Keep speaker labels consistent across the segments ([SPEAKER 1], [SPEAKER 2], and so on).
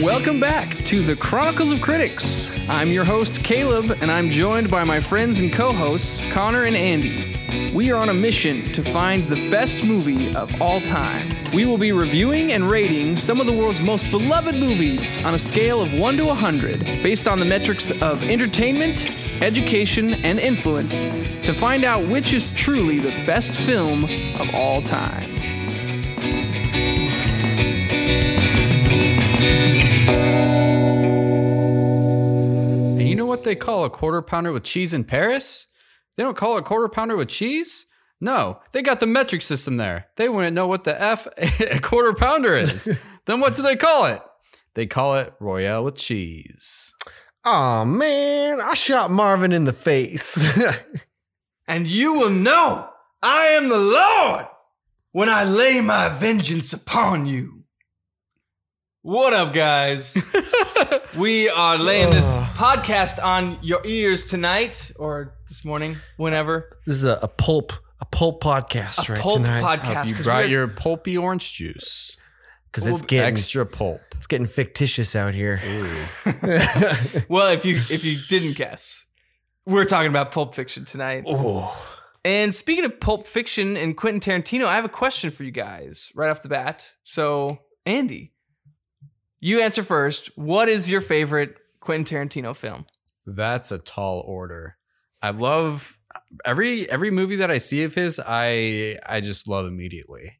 [SPEAKER 1] Welcome back to the Chronicles of Critics. I'm your host, Caleb, and I'm joined by my friends and co hosts, Connor and Andy. We are on a mission to find the best movie of all time. We will be reviewing and rating some of the world's most beloved movies on a scale of 1 to 100, based on the metrics of entertainment, education, and influence, to find out which is truly the best film of all time.
[SPEAKER 2] And you know what they call a quarter pounder with cheese in Paris? They don't call it a quarter pounder with cheese? No, they got the metric system there. They wouldn't know what the F a quarter pounder is. then what do they call it? They call it Royale with cheese.
[SPEAKER 3] Aw, man, I shot Marvin in the face.
[SPEAKER 4] And you will know I am the Lord when I lay my vengeance upon you. What up, guys? we are laying this podcast on your ears tonight or this morning, whenever.
[SPEAKER 3] this is a, a pulp, a pulp podcast
[SPEAKER 4] A
[SPEAKER 3] right
[SPEAKER 4] pulp
[SPEAKER 3] tonight
[SPEAKER 4] podcast.
[SPEAKER 2] you
[SPEAKER 4] 'cause
[SPEAKER 2] brought
[SPEAKER 4] we're-
[SPEAKER 2] your pulpy orange juice.
[SPEAKER 3] because it's getting
[SPEAKER 2] Extra pulp.
[SPEAKER 3] it's getting fictitious out here.
[SPEAKER 4] well, if you if you didn't guess, we're talking about Pulp Fiction tonight.
[SPEAKER 3] oh,
[SPEAKER 4] And speaking of Pulp Fiction and Quentin Tarantino, I have a question for you guys right off the bat. So, Andy, you answer first. What is your favorite Quentin Tarantino film?
[SPEAKER 2] That's a tall order. I love every every movie that I see of his. I I just love immediately.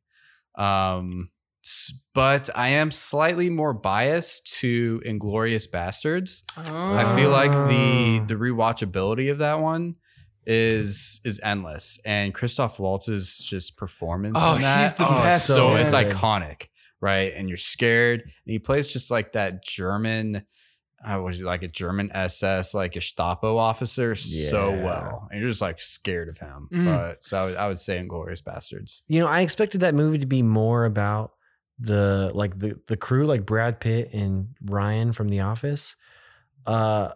[SPEAKER 2] Um, s- but I am slightly more biased to Inglorious Bastards. I feel like
[SPEAKER 4] Ah.
[SPEAKER 2] the the rewatchability of that one is is endless, and Christoph Waltz's just performance
[SPEAKER 4] Oh,
[SPEAKER 2] in that
[SPEAKER 4] he's the
[SPEAKER 2] oh,
[SPEAKER 3] best.
[SPEAKER 2] so it's
[SPEAKER 3] So good.
[SPEAKER 2] iconic, right? And you're scared, and he plays just like that German. uh, I was he, like a German SS, like Gestapo officer, so
[SPEAKER 3] Yeah.
[SPEAKER 2] well, and you're just like scared of him.
[SPEAKER 4] Mm.
[SPEAKER 2] But so I would, I would say Inglorious Bastards.
[SPEAKER 3] you know, I expected that movie to be more about the like the the crew, like Brad Pitt and Ryan from The Office. Uh,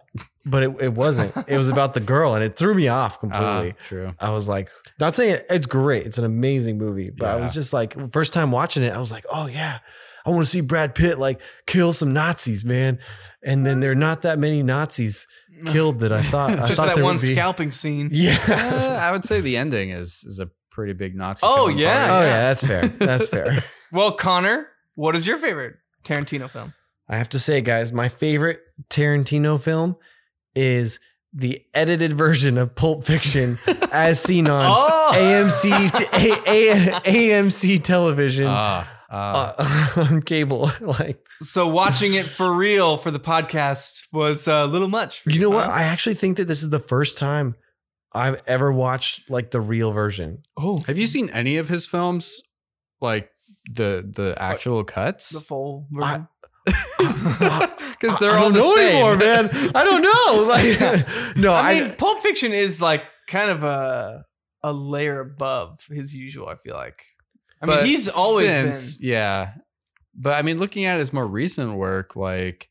[SPEAKER 3] but it, it wasn't. It was about the girl, and it threw me off
[SPEAKER 4] Uh-huh.
[SPEAKER 3] completely.
[SPEAKER 2] Ah, true.
[SPEAKER 3] I was like, not saying it- it's great, it's an amazing movie, but I was
[SPEAKER 2] Yeah.
[SPEAKER 3] just like, first time watching it, I was like, oh yeah, I want to see Brad Pitt like kill some Nazis, man. And then there are not that many Nazis killed that I thought. I
[SPEAKER 4] Just
[SPEAKER 3] thought
[SPEAKER 4] that
[SPEAKER 3] there
[SPEAKER 4] one
[SPEAKER 3] would be.
[SPEAKER 4] scalping scene.
[SPEAKER 3] Yeah.
[SPEAKER 2] Uh, I would say the ending is is a pretty big Nazi.
[SPEAKER 4] Oh,
[SPEAKER 2] killing
[SPEAKER 4] yeah.
[SPEAKER 2] party.
[SPEAKER 3] oh yeah, that's fair. That's fair.
[SPEAKER 4] Well, Connor, what is your favorite Tarantino film?
[SPEAKER 3] I have to say, guys, my favorite Tarantino film is the edited version of Pulp Fiction as seen on
[SPEAKER 4] Oh.
[SPEAKER 3] AMC A- A- AMC television.
[SPEAKER 2] Ah, ah.
[SPEAKER 3] uh, on cable, like
[SPEAKER 4] So watching it for real for the podcast was a little much. For you,
[SPEAKER 3] You know what?
[SPEAKER 4] huh?
[SPEAKER 3] I actually think that this is the first time I've ever watched like the real version.
[SPEAKER 4] oh,
[SPEAKER 2] Have you seen any of his films, like the the actual
[SPEAKER 4] the
[SPEAKER 2] cuts?
[SPEAKER 4] full version.
[SPEAKER 2] Because
[SPEAKER 3] I
[SPEAKER 2] they're
[SPEAKER 3] don't
[SPEAKER 2] all the
[SPEAKER 3] know
[SPEAKER 2] same.
[SPEAKER 3] anymore, man. I don't know. Like, no,
[SPEAKER 4] I,
[SPEAKER 3] I,
[SPEAKER 4] mean, Pulp Fiction is like kind of a a layer above his usual. I feel like. I mean, he's always
[SPEAKER 2] since- yeah. But I mean, looking at his more recent work, like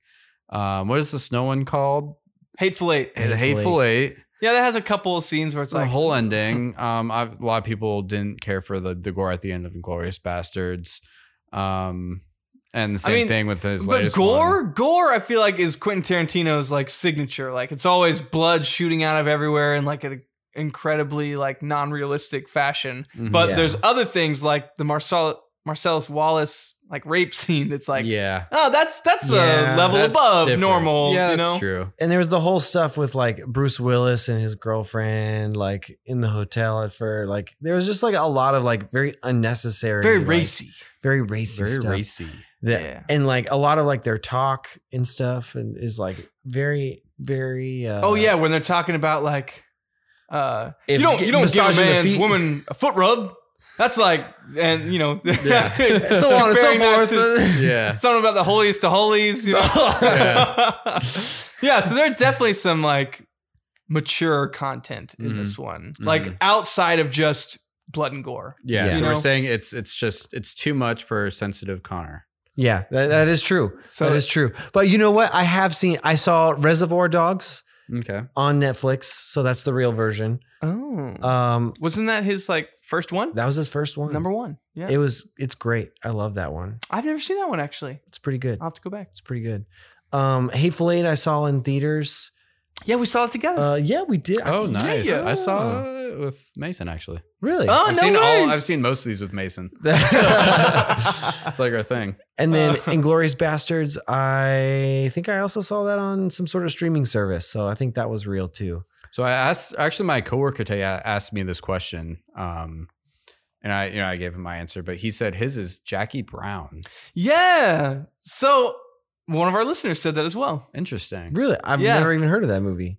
[SPEAKER 2] um, what is the snow one called?
[SPEAKER 4] been hateful eight.
[SPEAKER 2] The
[SPEAKER 3] Hateful
[SPEAKER 2] Hateful Eight.
[SPEAKER 4] Yeah, that has a couple of scenes where it's
[SPEAKER 2] It's a
[SPEAKER 4] like,
[SPEAKER 2] whole ending. Um, I, a lot of people didn't care for the the gore at the end of Inglorious Bastards. Um, and the same
[SPEAKER 4] mean,
[SPEAKER 2] thing with his
[SPEAKER 4] but
[SPEAKER 2] latest
[SPEAKER 4] gore,
[SPEAKER 2] one.
[SPEAKER 4] gore. I feel like is Quentin Tarantino's like signature. Like it's always blood shooting out of everywhere in like an incredibly like non-realistic fashion.
[SPEAKER 2] Mhm.
[SPEAKER 4] But
[SPEAKER 3] Yeah.
[SPEAKER 4] there's other things like the Marcel Marcellus Wallace like rape scene that's like,
[SPEAKER 2] yeah,
[SPEAKER 4] oh, that's that's a
[SPEAKER 3] Yeah,
[SPEAKER 4] level
[SPEAKER 2] That's
[SPEAKER 4] above
[SPEAKER 2] different.
[SPEAKER 4] normal.
[SPEAKER 2] Yeah,
[SPEAKER 4] you
[SPEAKER 2] that's
[SPEAKER 4] know?
[SPEAKER 2] true.
[SPEAKER 3] and there was the whole stuff with like Bruce Willis and his girlfriend, like in the hotel at first. Like, there was just like a lot of like very unnecessary,
[SPEAKER 4] Very
[SPEAKER 3] like,
[SPEAKER 4] racy.
[SPEAKER 3] very racy,
[SPEAKER 2] Very
[SPEAKER 3] stuff.
[SPEAKER 2] racy.
[SPEAKER 3] that
[SPEAKER 4] Yeah.
[SPEAKER 3] and like a lot of like their talk and stuff and is like very very uh,
[SPEAKER 4] oh yeah, when they're talking about like, uh, you
[SPEAKER 3] If-
[SPEAKER 4] don't you don't give a
[SPEAKER 3] massaging the
[SPEAKER 4] man
[SPEAKER 3] feet.
[SPEAKER 4] woman a foot rub. That's like, and you know,
[SPEAKER 2] Yeah.
[SPEAKER 3] so on and so
[SPEAKER 4] comparing that
[SPEAKER 3] forth
[SPEAKER 4] to-
[SPEAKER 2] Yeah.
[SPEAKER 4] Something about the holiest to holies. You know?
[SPEAKER 2] Yeah.
[SPEAKER 4] yeah. so there are definitely some like mature content
[SPEAKER 3] Mm-hmm.
[SPEAKER 4] in this one, like
[SPEAKER 2] Mhm.
[SPEAKER 4] outside of just blood and gore.
[SPEAKER 2] Yeah,
[SPEAKER 3] Yeah.
[SPEAKER 2] so
[SPEAKER 4] You
[SPEAKER 2] we're
[SPEAKER 4] know?
[SPEAKER 2] saying it's it's just it's too much for sensitive Connor.
[SPEAKER 3] Yeah, that, that is true.
[SPEAKER 4] So-
[SPEAKER 3] that is true. But you know what? I have seen. I saw Reservoir Dogs.
[SPEAKER 2] Okay.
[SPEAKER 3] on Netflix. So that's the real version.
[SPEAKER 4] Oh,
[SPEAKER 3] Um,
[SPEAKER 4] wasn't that his like first one?
[SPEAKER 3] that was his first one.
[SPEAKER 4] Number one. Yeah,
[SPEAKER 3] It was. It's great. I love that one.
[SPEAKER 4] I've never seen that one actually.
[SPEAKER 3] It's pretty good.
[SPEAKER 4] I'll have to go back.
[SPEAKER 3] It's pretty good. Um, Hateful Eight I saw in theaters.
[SPEAKER 4] Yeah, we saw it together.
[SPEAKER 3] Uh, yeah, we did.
[SPEAKER 2] Oh, nice.
[SPEAKER 4] yeah.
[SPEAKER 2] I saw it with Mason actually.
[SPEAKER 3] really.
[SPEAKER 4] Oh,
[SPEAKER 2] I've
[SPEAKER 4] no
[SPEAKER 2] seen
[SPEAKER 4] way.
[SPEAKER 2] all. I've seen most of these with Mason. it's like our thing.
[SPEAKER 3] and then Inglorious Bastards. I think I also saw that on some sort of streaming service. So I think that was real too.
[SPEAKER 2] So I asked actually my coworker today a- asked me this question. Um and I you know I gave him my answer, but he said his is Jackie Brown.
[SPEAKER 4] yeah. So one of our listeners said that as well.
[SPEAKER 2] Interesting.
[SPEAKER 3] Really, I've
[SPEAKER 4] Yeah.
[SPEAKER 3] never even heard of that movie.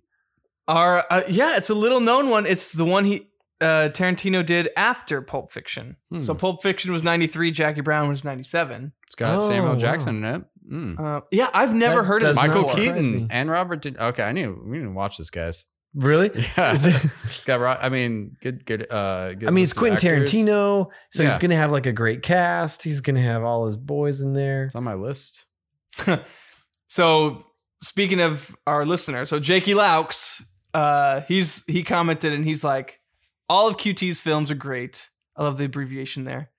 [SPEAKER 4] Our uh, yeah, it's a little known one. It's the one he uh, Tarantino did after Pulp Fiction.
[SPEAKER 2] Hmm.
[SPEAKER 4] So Pulp Fiction was ninety three. Jackie Brown was ninety seven.
[SPEAKER 2] It's got
[SPEAKER 3] Oh,
[SPEAKER 2] Samuel
[SPEAKER 3] wow.
[SPEAKER 2] Jackson in it. Mm.
[SPEAKER 4] Uh, yeah, I've never
[SPEAKER 3] That
[SPEAKER 4] heard of
[SPEAKER 3] does
[SPEAKER 4] this
[SPEAKER 3] not
[SPEAKER 2] Michael
[SPEAKER 4] before.
[SPEAKER 3] surprise
[SPEAKER 2] Keaton
[SPEAKER 3] me.
[SPEAKER 2] and Robert. De- okay, I knew we need to watch this, guys.
[SPEAKER 3] Really?
[SPEAKER 2] Yeah,
[SPEAKER 3] Is it-
[SPEAKER 2] it's got. Ro- I mean, good, good. uh good
[SPEAKER 3] I mean, it's
[SPEAKER 2] list of
[SPEAKER 3] Quentin
[SPEAKER 2] actors.
[SPEAKER 3] Tarantino, so he's
[SPEAKER 2] Yeah.
[SPEAKER 3] gonna have like a great cast. He's gonna have all his boys in there.
[SPEAKER 2] It's on my list.
[SPEAKER 4] So speaking of our listener, so Jakey Laux, uh, he's he commented and he's like, all of QT's films are great. I love the abbreviation there.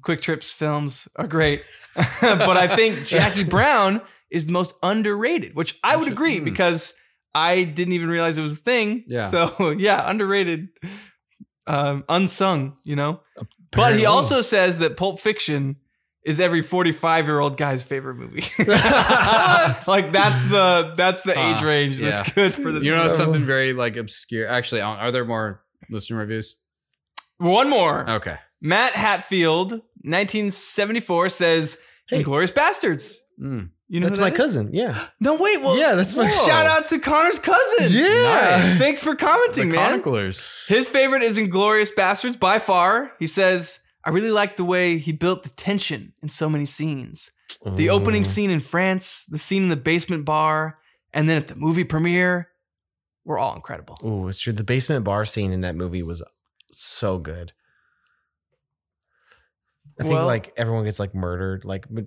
[SPEAKER 4] Quick Trip's films are great, but I think Jackie Brown is the most underrated, which I would
[SPEAKER 2] That's-
[SPEAKER 4] agree
[SPEAKER 2] hmm.
[SPEAKER 4] because I didn't even realize it was a thing.
[SPEAKER 2] Yeah.
[SPEAKER 4] So yeah, underrated, um, unsung, you know. But
[SPEAKER 3] Apparently.
[SPEAKER 4] he also says that Pulp Fiction is every 45 year old guy's favorite movie. like that's the that's the
[SPEAKER 2] Huh,
[SPEAKER 4] age range that's
[SPEAKER 2] Ah, yeah.
[SPEAKER 4] good for the
[SPEAKER 2] You know
[SPEAKER 3] Level.
[SPEAKER 2] something very like obscure. Actually, are are there more listener reviews?
[SPEAKER 4] One more.
[SPEAKER 2] Okay,
[SPEAKER 4] Matt Hatfield, 1974 says
[SPEAKER 3] Hey.
[SPEAKER 4] Inglorious Bastards.
[SPEAKER 2] Mm.
[SPEAKER 4] You know
[SPEAKER 3] that's
[SPEAKER 4] who
[SPEAKER 3] my
[SPEAKER 4] that is?
[SPEAKER 3] cousin. Yeah.
[SPEAKER 4] No wait, well
[SPEAKER 3] Yeah, that's my-
[SPEAKER 4] whoa. Shout out to Connor's cousin.
[SPEAKER 3] Yeah. Nice.
[SPEAKER 4] Thanks for
[SPEAKER 2] the
[SPEAKER 4] commenting, man.
[SPEAKER 2] Chroniclers.
[SPEAKER 4] His favorite is Inglorious Bastards by far. He says, I really like the way he built the tension in so many scenes. The opening
[SPEAKER 3] Mm.
[SPEAKER 4] scene in France, the scene in the basement bar, and then at the movie premiere were all incredible.
[SPEAKER 3] Ooh, it's true. The basement bar scene in that movie was so good. I think
[SPEAKER 4] Well-
[SPEAKER 3] like everyone gets like murdered. Like, but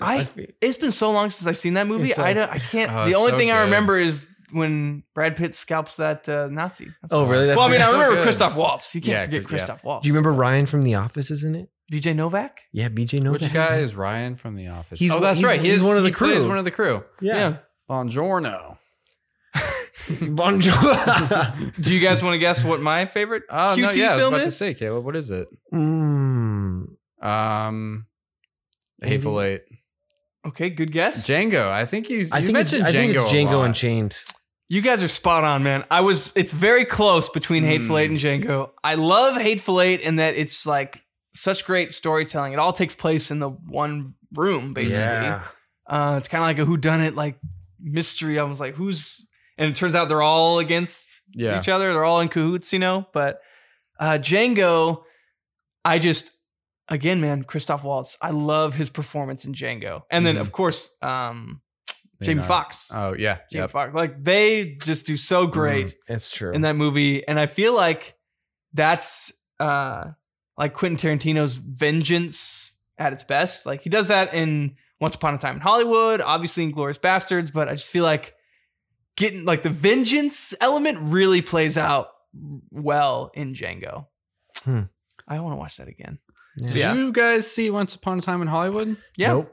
[SPEAKER 4] I- It's been so long since I've seen that movie.
[SPEAKER 3] It's
[SPEAKER 4] I
[SPEAKER 3] like-
[SPEAKER 4] don't, I can't.
[SPEAKER 2] Oh,
[SPEAKER 4] the
[SPEAKER 2] it's
[SPEAKER 4] only
[SPEAKER 2] so
[SPEAKER 4] thing I
[SPEAKER 2] good.
[SPEAKER 4] remember is when Brad Pitt scalps that uh, Nazi. That's
[SPEAKER 3] oh
[SPEAKER 4] all.
[SPEAKER 3] really? That's
[SPEAKER 4] well, I mean,
[SPEAKER 2] it's
[SPEAKER 4] I
[SPEAKER 2] so
[SPEAKER 4] remember
[SPEAKER 2] good.
[SPEAKER 4] Christoph Waltz. You can't
[SPEAKER 2] Yeah,
[SPEAKER 4] forget
[SPEAKER 2] yeah.
[SPEAKER 4] Christoph Waltz.
[SPEAKER 3] do you remember Ryan from The Office? Isn't it?
[SPEAKER 4] BJ Novak?
[SPEAKER 3] Yeah, BJ Novak.
[SPEAKER 2] Which guy is Ryan from The Office?
[SPEAKER 3] He's-
[SPEAKER 2] oh, that's
[SPEAKER 3] he's-
[SPEAKER 2] right. He
[SPEAKER 3] he's
[SPEAKER 2] is
[SPEAKER 3] one of the
[SPEAKER 2] he plays
[SPEAKER 3] crew.
[SPEAKER 2] One of the crew.
[SPEAKER 3] Yeah,
[SPEAKER 2] Bongiorno.
[SPEAKER 3] Bon Jovi.
[SPEAKER 4] Do you guys want to guess what my favorite
[SPEAKER 2] Oh
[SPEAKER 4] QT
[SPEAKER 2] no, yeah, I was
[SPEAKER 4] film
[SPEAKER 2] about to
[SPEAKER 4] is?
[SPEAKER 2] say, Caleb. What is it?
[SPEAKER 3] mm,
[SPEAKER 2] Um, Hateful Eight.
[SPEAKER 4] Okay, good guess.
[SPEAKER 2] Django. I think you.
[SPEAKER 3] I
[SPEAKER 2] you
[SPEAKER 3] think it's,
[SPEAKER 2] mentioned
[SPEAKER 3] I think
[SPEAKER 2] Django.
[SPEAKER 3] it's Django
[SPEAKER 2] a lot.
[SPEAKER 3] Unchained.
[SPEAKER 4] You guys are spot on, man. I was. It's very close between
[SPEAKER 2] Mm.
[SPEAKER 4] Hateful Eight and Django. I love Hateful Eight in that it's like such great storytelling. It all takes place in the one room, basically. Uh, it's kind of like a who done it like mystery. I was like, who's and it turns out they're all against
[SPEAKER 2] Yeah.
[SPEAKER 4] each other. They're all in cahoots, you know. But uh, Django, I just again, man, Christoph Waltz. I love his performance in Django, and then
[SPEAKER 2] Mhm.
[SPEAKER 4] of course um,
[SPEAKER 2] You
[SPEAKER 4] Jamie
[SPEAKER 2] know.
[SPEAKER 4] Foxx.
[SPEAKER 2] Oh yeah.
[SPEAKER 4] Jamie
[SPEAKER 2] Yep.
[SPEAKER 4] Foxx, like they just do so great
[SPEAKER 3] Mm, it's true.
[SPEAKER 4] in that movie, and I feel like that's uh, like Quentin Tarantino's vengeance at its best. Like he does that in Once Upon a Time in Hollywood, obviously in Glorious Bastards, but I just feel like getting like the vengeance element really plays out well in Django.
[SPEAKER 3] Hmm.
[SPEAKER 4] I want to watch that again.
[SPEAKER 2] Did
[SPEAKER 4] Yeah.
[SPEAKER 2] you guys see Once Upon a Time in Hollywood?
[SPEAKER 4] Yeah.
[SPEAKER 3] Nope.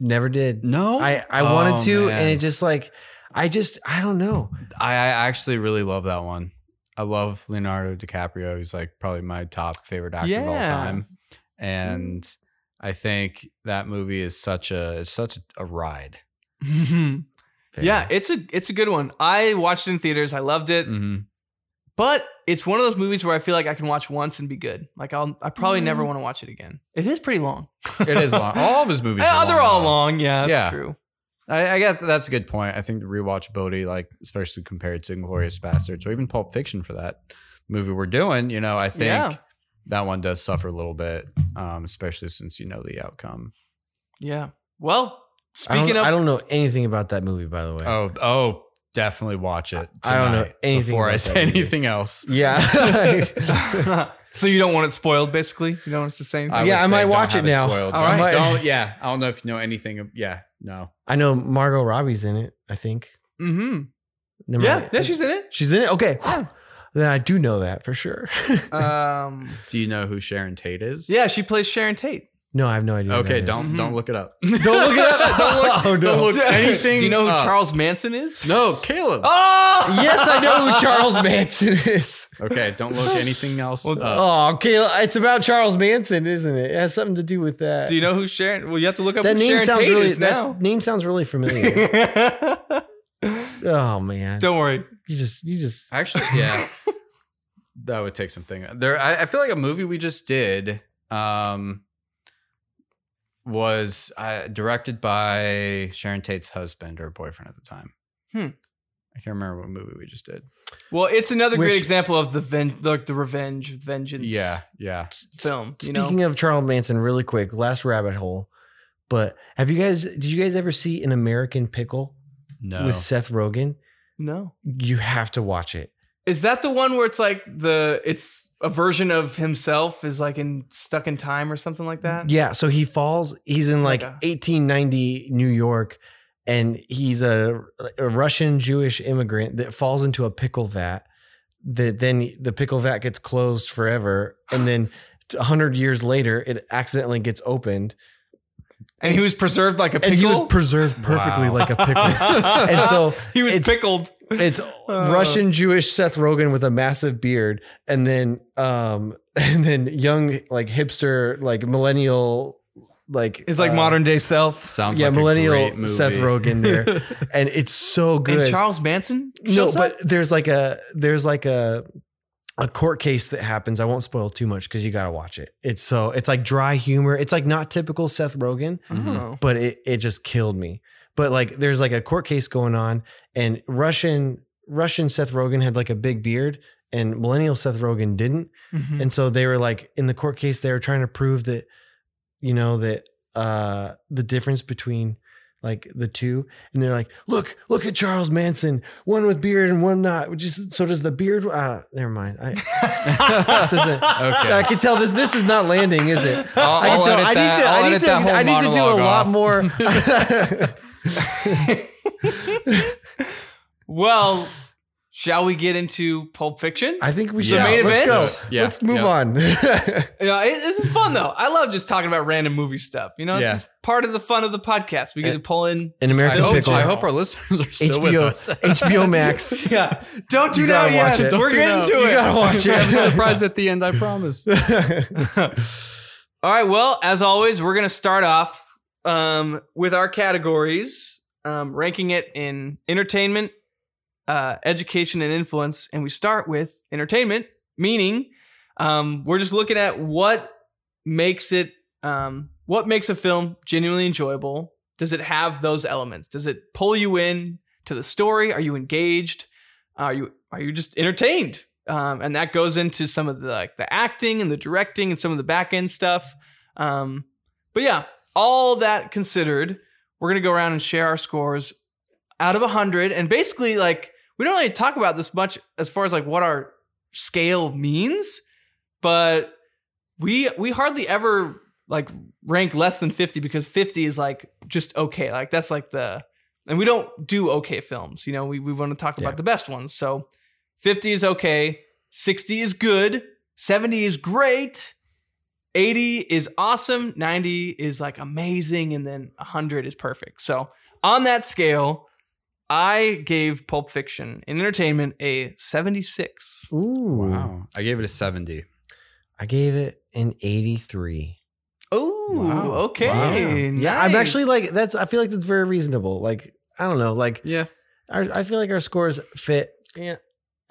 [SPEAKER 3] Never did.
[SPEAKER 2] No.
[SPEAKER 3] I I
[SPEAKER 2] Oh,
[SPEAKER 3] wanted to,
[SPEAKER 2] man.
[SPEAKER 3] and it just like I just I don't know.
[SPEAKER 2] I, I actually really love that one. I love Leonardo DiCaprio. He's like probably my top favorite actor of all
[SPEAKER 4] Yeah. Mm.
[SPEAKER 2] time. And I think that movie is such a is such a ride.
[SPEAKER 4] yeah, it's a it's a good one. I watched it in theaters. I loved it.
[SPEAKER 2] Mhm.
[SPEAKER 4] But it's one of those movies where I feel like I can watch once and be good. Like I'll, I probably never want to watch it again. It is pretty long.
[SPEAKER 2] It is long. All of his movies.
[SPEAKER 4] Yeah,
[SPEAKER 2] are
[SPEAKER 4] they're all
[SPEAKER 2] though.
[SPEAKER 4] long. Yeah, that's
[SPEAKER 2] Yeah.
[SPEAKER 4] true.
[SPEAKER 2] I, I get that that's a good point. I think the rewatchability, like especially compared to Inglorious Bastards or even Pulp Fiction for that movie we're doing, you know, I think
[SPEAKER 4] Yeah.
[SPEAKER 2] that one does suffer a little bit, um, especially since you know the outcome.
[SPEAKER 4] Yeah. Well,
[SPEAKER 3] I don't,
[SPEAKER 4] speaking
[SPEAKER 3] I
[SPEAKER 4] of,
[SPEAKER 3] don't know anything about that movie, by the way.
[SPEAKER 2] Oh, oh, definitely watch it.
[SPEAKER 3] I don't know
[SPEAKER 2] tonight
[SPEAKER 3] anything
[SPEAKER 2] before I
[SPEAKER 3] about
[SPEAKER 2] say
[SPEAKER 3] that movie.
[SPEAKER 2] anything else.
[SPEAKER 3] Yeah.
[SPEAKER 4] so you don't want it spoiled, basically. You don't want us to say anything.
[SPEAKER 3] Yeah,
[SPEAKER 2] would
[SPEAKER 3] I
[SPEAKER 2] say
[SPEAKER 3] might
[SPEAKER 2] don't
[SPEAKER 3] watch
[SPEAKER 2] have
[SPEAKER 3] it now.
[SPEAKER 2] spoiled.
[SPEAKER 4] All
[SPEAKER 2] Don't-
[SPEAKER 3] right.
[SPEAKER 2] don't- yeah, I don't know if you know anything. of- Yeah, no.
[SPEAKER 3] I know Margot Robbie's in it, I think.
[SPEAKER 4] Mm-hmm.
[SPEAKER 3] Never
[SPEAKER 4] Yeah,
[SPEAKER 3] mind.
[SPEAKER 4] yeah, she's in it.
[SPEAKER 3] She's in it. Okay, then I do know that for sure.
[SPEAKER 4] Um,
[SPEAKER 2] Do you know who Sharon Tate is?
[SPEAKER 4] yeah, she plays Sharon Tate.
[SPEAKER 3] no, I have no idea. who that
[SPEAKER 2] Okay,
[SPEAKER 3] is.
[SPEAKER 2] don't
[SPEAKER 4] Mhm.
[SPEAKER 2] don't look it up.
[SPEAKER 3] Don't look it up.
[SPEAKER 2] don't look,
[SPEAKER 3] Oh, no.
[SPEAKER 2] don't look anything.
[SPEAKER 4] Do you know who
[SPEAKER 2] up.
[SPEAKER 4] Charles Manson is?
[SPEAKER 2] No, Caleb.
[SPEAKER 4] Oh,
[SPEAKER 3] Yes, I know who Charles Manson is.
[SPEAKER 2] Okay, don't look anything else up.
[SPEAKER 3] Oh, okay. It's about Charles Manson, isn't it? It has something to do with that.
[SPEAKER 4] Do you know who Sharon? Well, you have to look up
[SPEAKER 3] that
[SPEAKER 4] who
[SPEAKER 3] name
[SPEAKER 4] Sharon
[SPEAKER 3] sounds
[SPEAKER 4] Tate
[SPEAKER 3] really.
[SPEAKER 4] is
[SPEAKER 3] that
[SPEAKER 4] now.
[SPEAKER 3] name sounds really familiar. oh man,
[SPEAKER 4] Don't worry.
[SPEAKER 3] you just you just
[SPEAKER 2] Actually, yeah, that would take something. There, I, I feel like a movie we just did um, was uh, directed by Sharon Tate's husband or boyfriend at the time.
[SPEAKER 4] Hmm.
[SPEAKER 2] I can't remember what movie we just did.
[SPEAKER 4] Well, it's another great
[SPEAKER 3] Which-
[SPEAKER 4] example of the ven- like the revenge vengeance
[SPEAKER 2] Yeah, yeah.
[SPEAKER 4] film. You know,
[SPEAKER 3] Speaking of Charles Manson, really quick, last rabbit hole. But have you guys? Did you guys ever see an American Pickle
[SPEAKER 2] No.
[SPEAKER 3] with Seth Rogen?
[SPEAKER 4] no,
[SPEAKER 3] You have to watch it.
[SPEAKER 4] is that the one where it's like the it's a version of himself is like in stuck in time or something like that?
[SPEAKER 3] Yeah, so he falls. He's in like
[SPEAKER 4] Okay.
[SPEAKER 3] 1890 New York, and he's a, a Russian Jewish immigrant that falls into a pickle vat. That then the pickle vat gets closed forever, and then a hundred years later, it accidentally gets opened,
[SPEAKER 4] and he was preserved like a
[SPEAKER 3] and
[SPEAKER 4] pickle.
[SPEAKER 3] he was preserved perfectly
[SPEAKER 2] Wow.
[SPEAKER 3] like a pickle. and so
[SPEAKER 4] he was Uh.
[SPEAKER 3] it's-
[SPEAKER 4] pickled.
[SPEAKER 3] it's Russian Jewish Seth Rogen with a massive beard, and then um, and then young like hipster like millennial like
[SPEAKER 4] It's like
[SPEAKER 3] uh,
[SPEAKER 4] modern day self.
[SPEAKER 2] Sounds
[SPEAKER 3] yeah,
[SPEAKER 2] like a
[SPEAKER 3] millennial
[SPEAKER 2] great movie.
[SPEAKER 3] Seth Rogen there, and it's so good.
[SPEAKER 4] And Charles Manson.
[SPEAKER 3] no,
[SPEAKER 4] shows
[SPEAKER 3] but
[SPEAKER 4] up?
[SPEAKER 3] there's like a there's like a a court case that happens. I won't spoil too much because you gotta watch it. It's so it's like dry humor. It's like not typical Seth Rogen,
[SPEAKER 4] I don't know.
[SPEAKER 3] but it it just killed me. But like there's like a court case going on, and Russian Russian Seth Rogen had like a big beard, and millennial Seth Rogen didn't.
[SPEAKER 2] Mm-hmm.
[SPEAKER 4] Mhm.
[SPEAKER 3] And so they were like in the court case, they were trying to prove that, you know, that uh the difference between like the two. And they're like, look, look at Charles Manson, one with beard and one not. Which is so does the beard uh never mind. I this isn't
[SPEAKER 2] Okay.
[SPEAKER 3] I can tell this this is not landing, is it?
[SPEAKER 2] I'll,
[SPEAKER 3] I can
[SPEAKER 2] I'll edit
[SPEAKER 3] tell I need
[SPEAKER 2] that-
[SPEAKER 3] to
[SPEAKER 2] I'll
[SPEAKER 3] I need
[SPEAKER 2] edit
[SPEAKER 3] to
[SPEAKER 2] that whole
[SPEAKER 3] I need to do a
[SPEAKER 2] monologue
[SPEAKER 3] lot
[SPEAKER 2] off.
[SPEAKER 3] more
[SPEAKER 4] well, shall we get into Pulp Fiction?
[SPEAKER 3] I think we should
[SPEAKER 2] The main
[SPEAKER 3] let's
[SPEAKER 4] event?
[SPEAKER 3] go.
[SPEAKER 2] Yeah,
[SPEAKER 3] Let's move
[SPEAKER 2] yeah.
[SPEAKER 3] on.
[SPEAKER 4] You know, it, this is fun though. I love just talking about random movie stuff. You know,
[SPEAKER 2] Yeah.
[SPEAKER 4] this is part of the fun of the podcast. We get to pull in.
[SPEAKER 3] An
[SPEAKER 2] I
[SPEAKER 3] American
[SPEAKER 2] hope,
[SPEAKER 3] pickle.
[SPEAKER 2] I hope our listeners are still with us.
[SPEAKER 3] HBO HBO Max.
[SPEAKER 4] Yeah, don't
[SPEAKER 3] You
[SPEAKER 4] tune out
[SPEAKER 3] gotta watch
[SPEAKER 4] yet.
[SPEAKER 3] it. Don't
[SPEAKER 4] We're
[SPEAKER 2] tune
[SPEAKER 4] getting
[SPEAKER 2] out.
[SPEAKER 4] to
[SPEAKER 2] You
[SPEAKER 4] it.
[SPEAKER 3] gotta watch it.
[SPEAKER 2] I'm surprised at the end. I promise.
[SPEAKER 4] All right. Well, as always, we're gonna start off um, with our categories, um, ranking it in entertainment, uh, education, and influence. And we start with entertainment, meaning um, we're just looking at what makes it, um, what makes a film genuinely enjoyable. Does it have those elements? Does it pull you in to the story? Are you engaged? Are you are you just entertained? Um, and that goes into some of the like the acting and the directing and some of the back end stuff. Um, but yeah, all that considered, we're gonna go around and share our scores out of hundred. And basically, like we don't really talk about this much as far as like what our scale means, but we we hardly ever like rank less than fifty because fifty is like just okay. Like that's like the and we don't do okay films. You know, we we want to talk about the best ones. So fifty is okay, sixty is good, seventy is great. 80 is awesome, 90 is like amazing, and then 100 is perfect. So, on that scale, I gave Pulp Fiction in entertainment a 76.
[SPEAKER 3] Ooh.
[SPEAKER 2] Wow, I gave it a seventy.
[SPEAKER 3] I gave it an 83.
[SPEAKER 4] Oh,
[SPEAKER 2] Wow.
[SPEAKER 4] okay.
[SPEAKER 2] Wow.
[SPEAKER 3] Yeah, I'm
[SPEAKER 4] nice.
[SPEAKER 3] actually like that's. I feel like that's very reasonable. Like I don't know. Like
[SPEAKER 2] Yeah,
[SPEAKER 3] our, I feel like our scores fit. Yeah,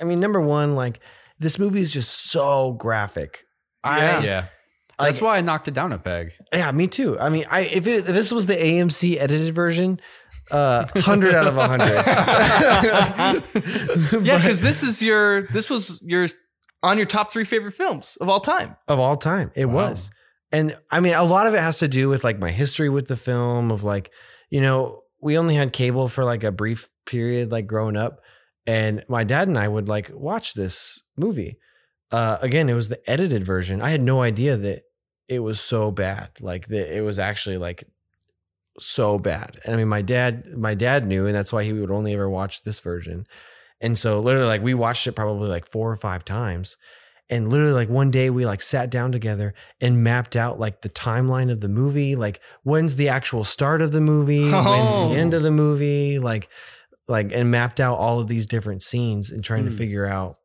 [SPEAKER 3] I mean, number one, like this movie is just so graphic.
[SPEAKER 4] Yeah.
[SPEAKER 3] I,
[SPEAKER 2] yeah.
[SPEAKER 3] Like-
[SPEAKER 2] That's why I knocked it down a peg.
[SPEAKER 3] yeah, me too. I mean, I if, it, if this was the AMC edited version, uh, hundred out of hundred.
[SPEAKER 4] yeah, because this is your this was your on your top three favorite films of all time.
[SPEAKER 3] of all time. It
[SPEAKER 2] Wow.
[SPEAKER 3] was. And I mean, a lot of it has to do with like my history with the film of like, you know, we only had cable for like a brief period, like growing up. And my dad and I would like watch this movie. Uh, again, it was the edited version. I had no idea that it was so bad. Like that it was actually like so bad. And I mean, my dad, my dad knew, and that's why he would only ever watch this version. And so literally like we watched it probably like four or five times. And literally like one day we like sat down together and mapped out like the timeline of the movie, like when's the actual start of the movie, when's
[SPEAKER 4] Oh.
[SPEAKER 3] the end of the movie, like like and mapped out all of these different scenes and trying to
[SPEAKER 1] Hmm.
[SPEAKER 3] figure out